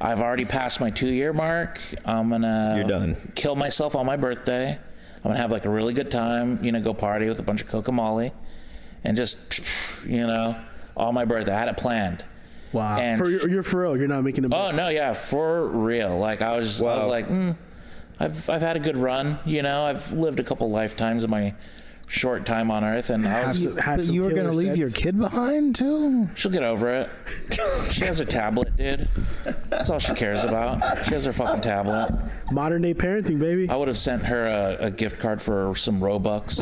Speaker 8: I've already passed my two year mark. I'm gonna
Speaker 7: You're done.
Speaker 8: kill myself on my birthday. I'm gonna have like a really good time, you know, go party with a bunch of Coca Molly and just you know, on my birthday. I had it planned.
Speaker 1: Wow,
Speaker 8: And-
Speaker 1: for, you're for real. You're not making a.
Speaker 8: Oh no, yeah, for real. Like I was, I was
Speaker 7: Wow.
Speaker 8: like, mm, I've I've had a good run. You know, I've lived a couple lifetimes in my short time on Earth, and I
Speaker 1: Have
Speaker 8: was,
Speaker 1: some- have
Speaker 6: But
Speaker 1: some
Speaker 6: you were going to
Speaker 1: killer
Speaker 6: leave your
Speaker 1: sets.
Speaker 6: kid behind too?
Speaker 8: she'll get over it. She has her tablet, dude. That's all she cares about. She has her fucking tablet.
Speaker 1: modern day parenting, baby.
Speaker 8: I would have sent her a, a gift card for some Robux.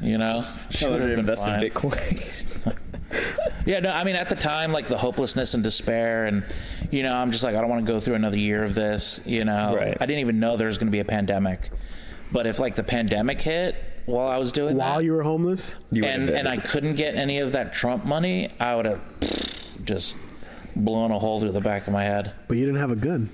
Speaker 8: You know, she
Speaker 7: Tell
Speaker 8: would
Speaker 7: her
Speaker 8: have
Speaker 7: to
Speaker 8: been
Speaker 7: invest
Speaker 8: fine.
Speaker 7: in Bitcoin.
Speaker 8: Yeah, no, I mean, at the time, like the hopelessness and despair, and you know, I'm just like, I don't want to go through another year of this. You know,
Speaker 7: Right.
Speaker 8: I didn't even know there was going to be a pandemic, but if like the pandemic hit while I was doing
Speaker 1: While
Speaker 8: that,
Speaker 1: you were homeless,
Speaker 7: You would've
Speaker 8: and
Speaker 7: been.
Speaker 8: and I couldn't get any of that Trump money, I would have just blown a hole through the back of my head.
Speaker 1: but you didn't have a gun.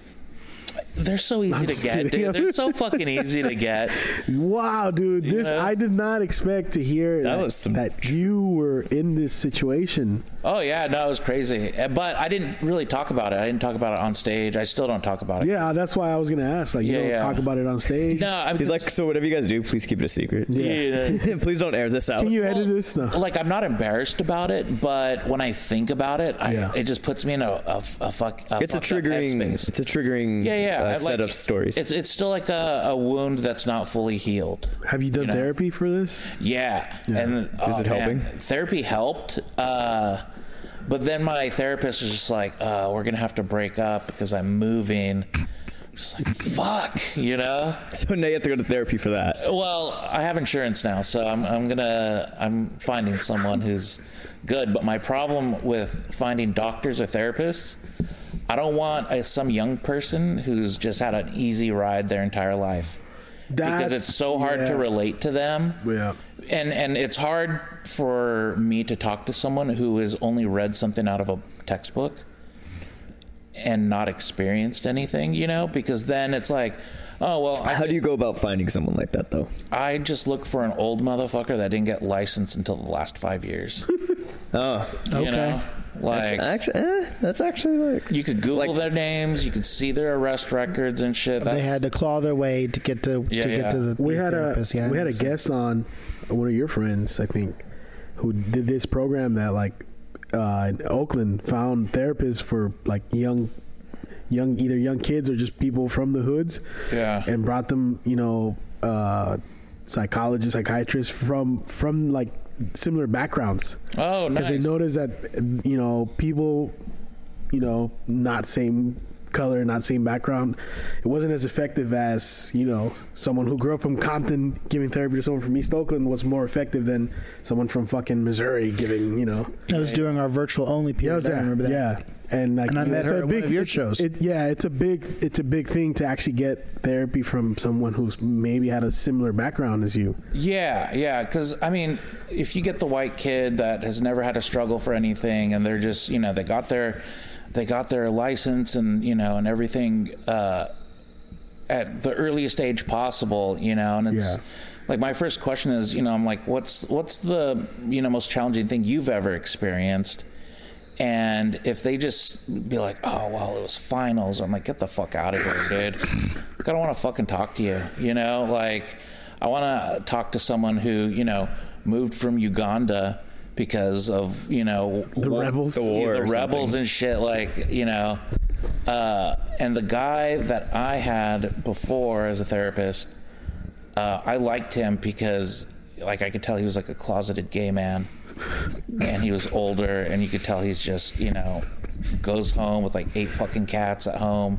Speaker 8: They're so easy
Speaker 1: I'm
Speaker 8: to
Speaker 1: just
Speaker 8: get,
Speaker 1: kidding.
Speaker 8: dude. They're so fucking easy to get.
Speaker 1: Wow, dude, this
Speaker 8: know?
Speaker 1: I did not expect to hear that,
Speaker 7: That was some-
Speaker 1: that you were in this situation.
Speaker 8: Oh yeah, no, it was crazy. Uh, But I didn't really talk about it. I didn't talk about it on stage. I still don't talk about it.
Speaker 1: Yeah, uh, that's why I was gonna ask. Like, you
Speaker 8: Yeah,
Speaker 1: don't
Speaker 8: yeah.
Speaker 1: talk about it on stage.
Speaker 8: No, I'm
Speaker 7: He's like, so whatever you guys do, please keep it a secret.
Speaker 8: yeah.
Speaker 7: please don't air this out.
Speaker 1: Can you edit this? No.
Speaker 8: Like I'm not embarrassed about it, but when I think about it, I,
Speaker 1: Yeah.
Speaker 8: it just puts me in a a, a fuck. A
Speaker 7: it's a
Speaker 8: fucked up
Speaker 7: triggering.
Speaker 8: headspace.
Speaker 7: It's a triggering.
Speaker 8: yeah, yeah.
Speaker 7: uh,
Speaker 8: I like-
Speaker 7: set of stories.
Speaker 8: It's it's still like a, a wound that's not fully healed.
Speaker 1: Have you done
Speaker 8: know.
Speaker 1: therapy for this?
Speaker 8: Yeah. And
Speaker 7: Is
Speaker 8: oh,
Speaker 7: it
Speaker 8: man,
Speaker 7: helping?
Speaker 8: Therapy helped. Uh, but then my therapist was just like, uh, we're going to have to break up because I'm moving. Just like, fuck, you know?
Speaker 7: so now you have to go to therapy for that.
Speaker 8: Well, I have insurance now, so I'm, I'm going to, I'm finding someone who's good. But my problem with finding doctors or therapists, I don't want a, some young person who's just had an easy ride their entire life. because
Speaker 1: That's-
Speaker 8: it's so hard to
Speaker 1: yeah.
Speaker 8: relate to them
Speaker 1: Yeah.
Speaker 8: and and it's hard for me to talk to someone who has only read something out of a textbook and not experienced anything you know because then it's like oh well I,
Speaker 7: How do you go about finding someone like that though?
Speaker 8: I just look for an old motherfucker that didn't get licensed until the last five years
Speaker 7: Oh,
Speaker 8: you know like
Speaker 7: actually, eh, that's actually like
Speaker 8: you could google
Speaker 7: like-
Speaker 8: their names you could see their arrest records and shit
Speaker 6: They
Speaker 8: That's-
Speaker 6: had to claw their way to get to,
Speaker 8: Yeah,
Speaker 6: to get
Speaker 8: yeah.
Speaker 6: to the
Speaker 1: We had a
Speaker 6: therapist. Yeah,
Speaker 1: we had a
Speaker 6: makes sense.
Speaker 1: guest on one of your friends, I think, who did this program that like uh, in Oakland found therapists for like young young either young kids or just people from the hoods.
Speaker 8: Yeah.
Speaker 1: And brought them, you know, uh psychologists, psychiatrists from from like similar backgrounds.
Speaker 8: oh
Speaker 1: because
Speaker 8: nice.
Speaker 1: they noticed that you know people you know not same color not same background it wasn't as effective as you know someone who grew up from compton giving therapy to someone from east oakland was more effective than someone from fucking missouri giving you know
Speaker 6: That was during our virtual only
Speaker 1: yeah,
Speaker 6: period.
Speaker 1: was
Speaker 6: I
Speaker 1: that?
Speaker 6: remember that.
Speaker 1: yeah and like
Speaker 6: And I
Speaker 1: you know,
Speaker 6: met
Speaker 1: it's
Speaker 6: her
Speaker 1: a
Speaker 6: at one of your
Speaker 1: it's-
Speaker 6: shows.
Speaker 1: it, yeah it's a big it's a big thing to actually get therapy from someone who's maybe had a similar background as you
Speaker 8: Yeah, yeah. Because I mean, if you get the white kid that has never had a struggle for anything, and they're just you know they got their they got their license and you know and everything uh, at the earliest age possible, you know, and it's
Speaker 1: Yeah.
Speaker 8: like my first question is, you know, I'm like, what's what's the you know most challenging thing you've ever experienced? And if they just be like, oh, well, it was finals, I'm like, get the fuck out of here, dude. Like, I don't want to fucking talk to you. You know, like, I want to talk to someone who, you know, moved from Uganda because of, you know,
Speaker 1: The
Speaker 8: wa-
Speaker 1: rebels? The
Speaker 8: yeah,
Speaker 7: war
Speaker 8: the
Speaker 7: or
Speaker 8: rebels
Speaker 7: something.
Speaker 8: and shit. Like, you know, uh, and the guy that I had before as a therapist, uh, I liked him because, like, I could tell he was like a closeted gay man, and he was older, and you could tell he's just, you know, goes home with like eight fucking cats at home,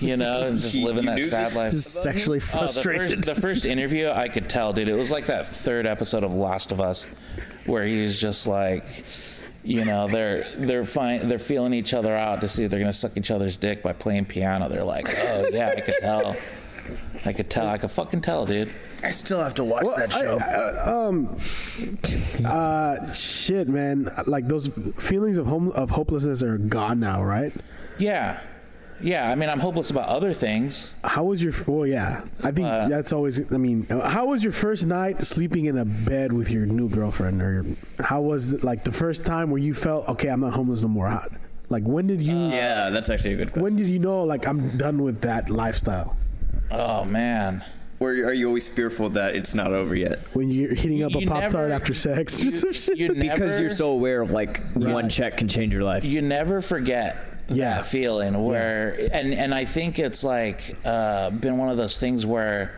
Speaker 8: you know, and just
Speaker 7: You-
Speaker 8: living
Speaker 7: you
Speaker 8: that
Speaker 7: knew
Speaker 8: sad
Speaker 7: this-
Speaker 8: life.
Speaker 6: Just sexually
Speaker 8: Oh, the
Speaker 6: frustrated.
Speaker 8: first, the first interview, I could tell, dude. It was like that third episode of Last of Us, where he's just like, you know, they're they're fine, they're feeling each other out to see if they're gonna suck each other's dick by playing piano. They're like, oh yeah, I could tell, I could tell, I could fucking tell, dude.
Speaker 6: I still have to watch that
Speaker 1: I-
Speaker 6: show.
Speaker 1: I- um, uh, shit, man. Like those feelings of home of hopelessness are gone now, right?
Speaker 8: Yeah, Yeah, I mean, I'm hopeless about other things.
Speaker 1: How was your? Well, yeah, I think
Speaker 8: Uh,
Speaker 1: that's always. I mean, how was your first night sleeping in a bed with your new girlfriend, or your, how was it, like the first time where you felt okay, I'm not homeless no more? How, like when did
Speaker 8: Uh,
Speaker 1: you?
Speaker 7: Yeah, that's actually a good question.
Speaker 1: when did you know like I'm done with that lifestyle?
Speaker 8: Oh man,
Speaker 7: Or are you always fearful that it's not over yet?
Speaker 1: When you're hitting up a
Speaker 8: You
Speaker 1: pop tart
Speaker 8: never-
Speaker 1: after sex,
Speaker 8: you, you never,
Speaker 7: Because you're so aware of like one check can change your life.
Speaker 8: you never forget
Speaker 1: Yeah.
Speaker 8: that feeling where and and I think it's like uh, been one of those things where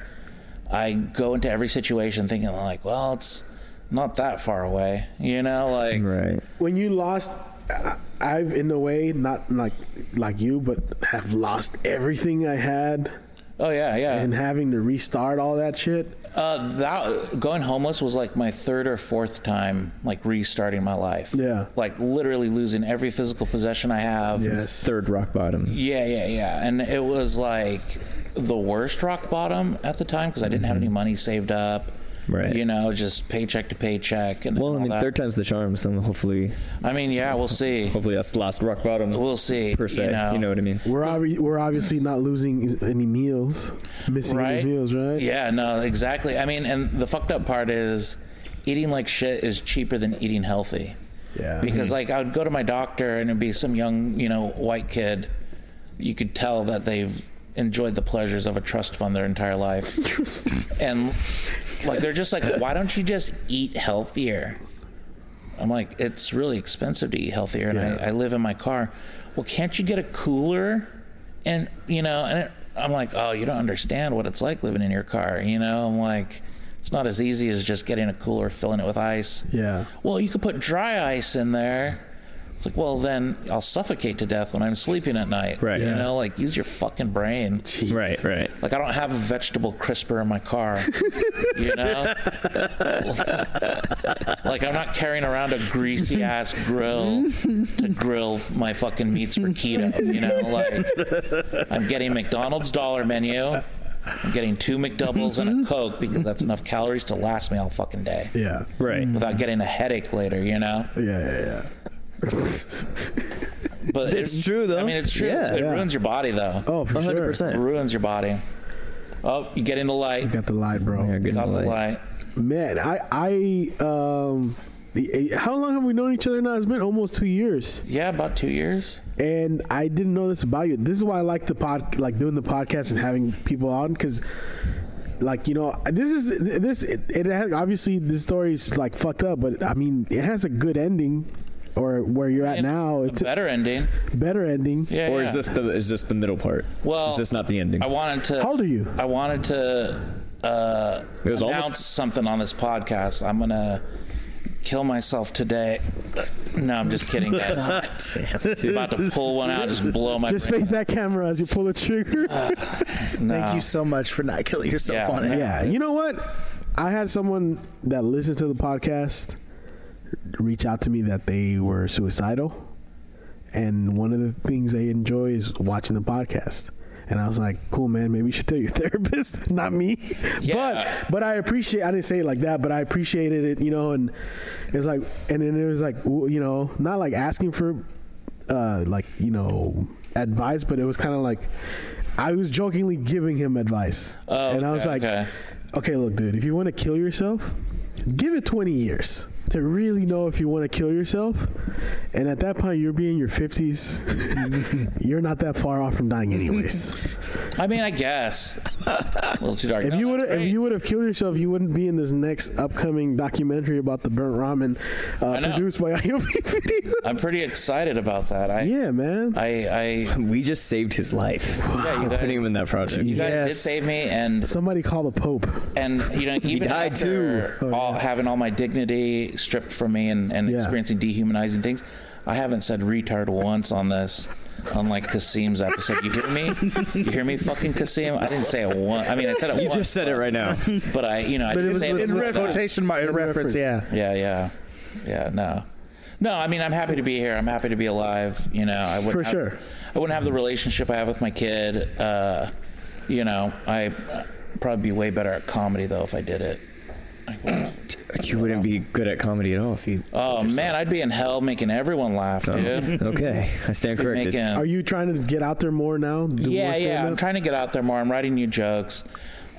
Speaker 8: I go into every situation thinking like, well, it's not that far away, you know, like
Speaker 7: right.
Speaker 1: when you lost I- i've in a way not like like you but have lost everything i had
Speaker 8: oh yeah, yeah.
Speaker 1: and having to restart all that shit
Speaker 8: Uh, that going homeless was like my third or fourth time, like restarting my life.
Speaker 1: Yeah.
Speaker 8: like literally losing every physical possession I have.
Speaker 1: yes
Speaker 7: Third rock bottom.
Speaker 8: Yeah, yeah, yeah. And it was like the worst rock bottom at the time because I didn't have any money saved up.
Speaker 7: Mm-hmm. Right.
Speaker 8: You know, just paycheck to paycheck and
Speaker 7: Well,
Speaker 8: all
Speaker 7: I mean,
Speaker 8: that.
Speaker 7: third time's the charm. So hopefully,
Speaker 8: I mean, yeah, we'll see.
Speaker 7: hopefully that's the last rock bottom.
Speaker 8: We'll see,
Speaker 7: Per se,
Speaker 8: you
Speaker 7: you
Speaker 8: know.
Speaker 7: know, what I mean?
Speaker 1: we're, obvi- we're obviously not losing any meals missing
Speaker 8: Right?
Speaker 1: any meals right
Speaker 8: Yeah, no, exactly. I mean, and the fucked up part is eating like shit is cheaper than eating healthy.
Speaker 1: yeah
Speaker 7: Mm-hmm.
Speaker 8: because like I would go to my doctor and it'd be some young, you know, white kid. You could tell that they've enjoyed the pleasures of a trust fund their entire life, and like they're just like, why don't you just eat healthier? I'm like, it's really expensive to eat healthier, and I, I live in my car. Well, can't you get a cooler? And you know, and it, I'm like, oh, you don't understand what it's like living in your car. You know, I'm like, it's not as easy as just getting a cooler, filling it with ice
Speaker 1: yeah
Speaker 8: well, you could put dry ice in there. It's like, well, then I'll suffocate to death when I'm sleeping at night.
Speaker 7: Right.
Speaker 8: You
Speaker 7: Yeah.
Speaker 8: know, like use your fucking brain.
Speaker 7: Right, right.
Speaker 8: Like I don't have a vegetable crisper in my car. you know? like I'm not carrying around a greasy ass grill to grill my fucking meats for keto, you know? Like I'm getting McDonald's dollar menu. I'm getting two McDoubles and a Coke because that's enough calories to last me all fucking day.
Speaker 1: yeah
Speaker 7: Right.
Speaker 8: Without getting a headache later, you know?
Speaker 1: yeah yeah yeah
Speaker 8: But
Speaker 7: It's true, though.
Speaker 8: I mean, it's true.
Speaker 7: Yeah.
Speaker 8: it
Speaker 1: Yeah.
Speaker 8: ruins your body though.
Speaker 1: oh for sure
Speaker 7: 100%.
Speaker 8: It ruins your body. Oh, you get in the light.
Speaker 1: got the lie bro
Speaker 7: Yeah, good
Speaker 8: Got the
Speaker 7: light.
Speaker 8: light.
Speaker 1: man i i um the- how long have we known each other now? It's been almost two years.
Speaker 8: Yeah, about two years.
Speaker 1: and I didn't know this about you. This is why I like the pod, like doing the podcast and having people on, because, like you know, this is this. It, it has obviously this story is like fucked up, but I mean, it has a good ending, or where you're at
Speaker 8: And
Speaker 1: now, it's
Speaker 8: a better ending.
Speaker 1: a better ending.
Speaker 8: Yeah.
Speaker 7: Or
Speaker 8: yeah.
Speaker 7: is this the is this the middle part?
Speaker 8: Well,
Speaker 7: is this not the ending?
Speaker 8: I wanted to.
Speaker 1: How old are you?
Speaker 8: I wanted to uh,
Speaker 7: It was
Speaker 8: announce
Speaker 7: almost-
Speaker 8: something on this podcast. I'm gonna kill myself today. No, I'm just kidding, guys. I'm about to pull one out, just blow my.
Speaker 1: Just
Speaker 8: brain.
Speaker 1: face that camera as you pull the trigger.
Speaker 6: Thank you so much for not killing yourself
Speaker 8: Oh. Yeah.
Speaker 6: on it.
Speaker 1: yeah, you know what? I had someone that listens to the podcast reach out to me that they were suicidal, and one of the things they enjoy is watching the podcast. And I was like, "Cool, man. Maybe you should tell your therapist, not me."
Speaker 8: Yeah.
Speaker 1: But but I appreciate. I didn't say it like that, but I appreciated it, you know. And it's like, and then it was like, w- you know, not like asking for, uh, like you know, advice, but it was kind of like, I was jokingly giving him advice,
Speaker 8: Oh,
Speaker 1: and I was
Speaker 8: okay,
Speaker 1: like,
Speaker 8: okay.
Speaker 1: okay, look, dude, if you want to kill yourself, give it 20 years to really know if you want to kill yourself. And at that point, you're being your 50s. you're not that far off from dying, anyways.
Speaker 8: I mean, I guess. a little too dark.
Speaker 1: if
Speaker 8: No,
Speaker 1: you would,
Speaker 8: that's
Speaker 1: if
Speaker 8: great.
Speaker 1: you would have killed yourself, you wouldn't be in this next upcoming documentary about the burnt ramen
Speaker 8: I
Speaker 1: uh,
Speaker 8: know.
Speaker 1: produced by IOP Video.
Speaker 8: I'm pretty excited about that. I,
Speaker 1: yeah, man.
Speaker 8: I, I
Speaker 7: we just saved his life.
Speaker 8: Yeah, you guys-
Speaker 7: Putting him in that project.
Speaker 8: You guys did
Speaker 6: Yes.
Speaker 8: save me, and
Speaker 1: Somebody call the Pope.
Speaker 8: and you know even
Speaker 7: died
Speaker 8: after all, having all my dignity stripped from me and, and
Speaker 1: Yeah.
Speaker 8: experiencing dehumanizing things, I haven't said retard once on this. Unlike Kasim's episode, you hear me? You hear me, fucking Kasim? I didn't say it once. I mean, I said it
Speaker 7: You
Speaker 8: once,
Speaker 7: just said it right now.
Speaker 8: but I, you know, I
Speaker 6: But it
Speaker 8: didn't
Speaker 6: was
Speaker 8: say it
Speaker 6: with,
Speaker 8: before
Speaker 6: with
Speaker 8: that.
Speaker 6: quotation mark in reference, yeah.
Speaker 8: Yeah, yeah, yeah. No, no. I mean, I'm happy to be here. I'm happy to be alive. You know, I would
Speaker 1: For sure.
Speaker 8: I wouldn't have the relationship I have with my kid. Uh, you know, I I'd probably be way better at comedy though if I did it. I would've-
Speaker 7: You wouldn't be good at comedy at all if you. Oh,
Speaker 8: Oh man, I'd be in hell making everyone laugh, dude.
Speaker 7: Okay, I stand corrected.
Speaker 8: Making,
Speaker 1: Oh. Are you trying to get out there more now? Do
Speaker 8: yeah,
Speaker 1: more
Speaker 8: yeah. I'm
Speaker 1: stand-up?
Speaker 8: trying to get out there more. I'm writing new jokes.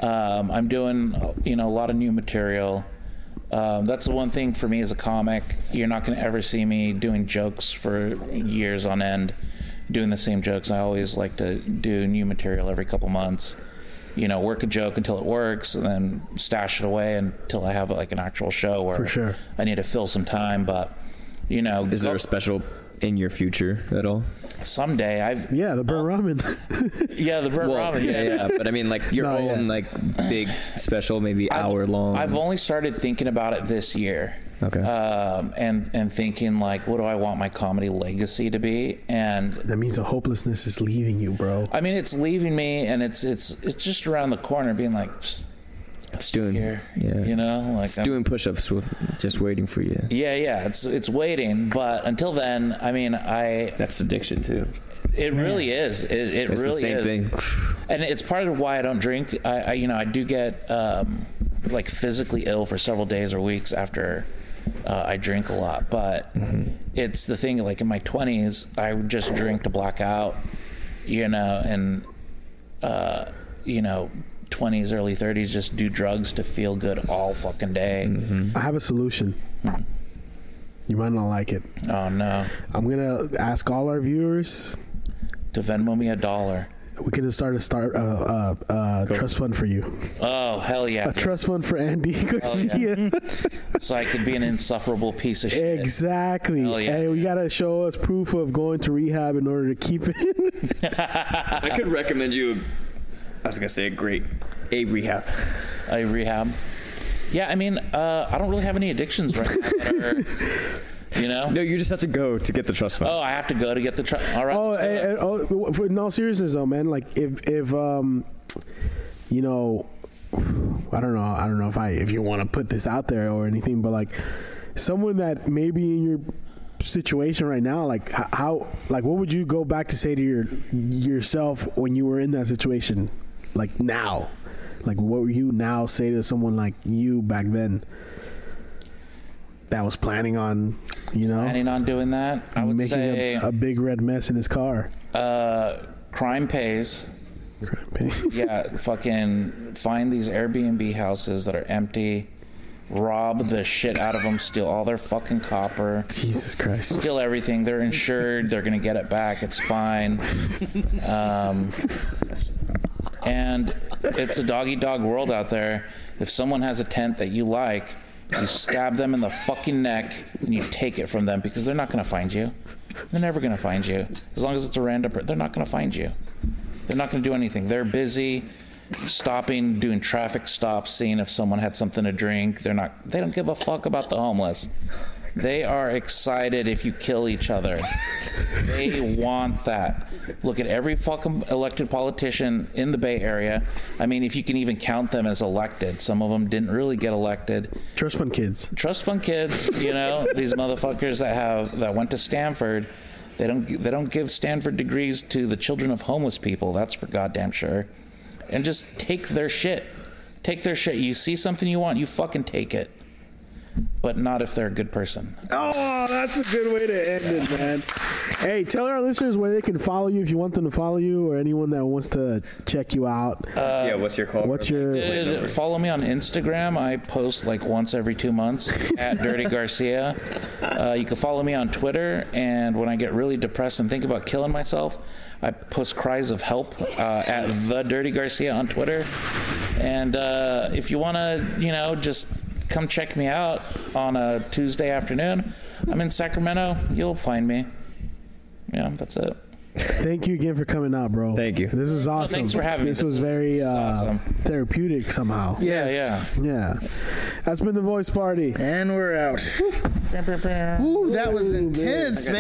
Speaker 8: Um, I'm doing, you know, a lot of new material. Um, that's the one thing for me as a comic. You're not going to ever see me doing jokes for years on end, doing the same jokes. I always like to do new material every couple months. You know, work a joke until it works, and then stash it away until I have like an actual show where
Speaker 1: For sure.
Speaker 8: I need to fill some time. But you know,
Speaker 7: Is there
Speaker 8: go-
Speaker 7: a special in your future at all?
Speaker 8: someday I've
Speaker 1: Yeah, the
Speaker 8: Oh.
Speaker 1: burn ramen.
Speaker 8: yeah the Burt Ramen
Speaker 7: yeah, yeah. But I mean, like your
Speaker 1: No,
Speaker 7: own
Speaker 1: yeah.
Speaker 7: like big special, maybe
Speaker 8: I've-
Speaker 7: hour long.
Speaker 8: I've only started thinking about it this year.
Speaker 7: Okay.
Speaker 8: Um, and and thinking like, what do I want my comedy legacy to be? And
Speaker 1: that means the hopelessness is leaving you, bro.
Speaker 8: I mean, it's leaving me, and it's it's it's just around the corner, being like, "Psst,
Speaker 7: it's doing,
Speaker 8: here,
Speaker 7: yeah,
Speaker 8: you know, like
Speaker 7: it's
Speaker 8: I'm-
Speaker 7: doing push-ups, with, just waiting for you.
Speaker 8: yeah, yeah, it's it's waiting. But until then, I mean, I
Speaker 7: That's addiction too.
Speaker 8: It really is. It, it
Speaker 7: It's the
Speaker 8: really
Speaker 7: same
Speaker 8: is.
Speaker 7: thing.
Speaker 8: And it's part of why I don't drink. I, I you know, I do get um, like physically ill for several days or weeks after uh, I drink a lot. But
Speaker 7: Mm-hmm.
Speaker 8: it's the thing. Like in my twenties, I would just drink to black out. You know, and uh, you know, twenties, early thirties, just do drugs to feel good all fucking day.
Speaker 7: Mm-hmm.
Speaker 1: I have a solution. You might not like it.
Speaker 8: Oh no,
Speaker 1: I'm gonna ask all our viewers.
Speaker 8: to Venmo me a dollar.
Speaker 1: We can start a start uh, uh, uh, trust fund for you.
Speaker 8: Oh hell yeah!
Speaker 1: A trust fund for Andy Garcia.
Speaker 8: So I could be an insufferable piece of shit.
Speaker 1: Exactly.
Speaker 8: Hell yeah.
Speaker 1: Hey, we gotta show us proof of going to rehab in order to keep it.
Speaker 7: I could recommend you. I was gonna say a great a rehab.
Speaker 8: I rehab. Yeah, I mean, uh, I don't really have any addictions right now. That are, you know?
Speaker 7: No, you just have to go to get the trust fund.
Speaker 8: Oh, I have to go to get the truck. All right.
Speaker 1: oh,
Speaker 8: let's do
Speaker 1: hey,
Speaker 8: it.
Speaker 1: hey, oh, w- w- in all seriousness, though, man. Like, if if um, you know, I don't know, I don't know if I if you want to put this out there or anything, but like, someone that maybe in your situation right now, like h- how, like, what would you go back to say to your yourself when you were in that situation, like now, like what would you now say to someone like you back then? That was planning on, you know,
Speaker 8: Planning on doing that? I would
Speaker 1: making
Speaker 8: say
Speaker 1: a, a big red mess in his car.
Speaker 8: uh, crime pays. Yeah, fucking find these Airbnb houses that are empty, rob the shit out of them, steal all their fucking copper.
Speaker 1: Jesus Christ.
Speaker 8: Steal everything. They're insured. They're gonna get it back. It's fine. Um, and it's a dog eat dog world out there. If someone has a tent that you like, you stab them in the fucking neck and you take it from them because they're not gonna find you. They're never gonna find you as long as it's a random. Per- they're not gonna find you. They're not gonna do anything. They're busy. Stopping, doing traffic stops, seeing if someone had something to drink. They're not. They don't give a fuck about the homeless. They are excited if you kill each other. they want that. Look at every fucking elected politician in the Bay Area. I mean, if you can even count them as elected, some of them didn't really get elected.
Speaker 1: Trust fund kids.
Speaker 8: Trust fund kids, you know, these motherfuckers that have that went to Stanford. They don't they don't give Stanford degrees to the children of homeless people. That's for goddamn sure. And just take their shit. Take their shit. You see something you want, you fucking take it. But not if they're a good person.
Speaker 1: Oh, that's a good way to end it, man. Hey, tell our listeners where they can follow you if you want them to follow you or anyone that wants to check you out.
Speaker 7: yeah, what's your call?
Speaker 1: What's your.
Speaker 8: Uh, follow me on Instagram. I post like once every two months at Dirty Garcia. Uh, you can follow me on Twitter. And when I get really depressed and think about killing myself, I post cries of help uh, at the Dirty Garcia on Twitter. And uh, if you want to, you know, just come check me out on a Tuesday afternoon. I'm in Sacramento. You'll find me. Yeah, that's it.
Speaker 1: Thank you again for coming out, bro.
Speaker 7: Thank you.
Speaker 1: This was awesome.
Speaker 8: thanks for having me.
Speaker 1: This
Speaker 8: This
Speaker 1: was
Speaker 8: was-
Speaker 1: very uh,
Speaker 8: awesome.
Speaker 1: therapeutic somehow.
Speaker 6: Yes.
Speaker 8: Yeah,
Speaker 1: Yeah. That's been the voice party.
Speaker 6: And we're out.
Speaker 8: yeah.
Speaker 6: Ooh, that was intense, man.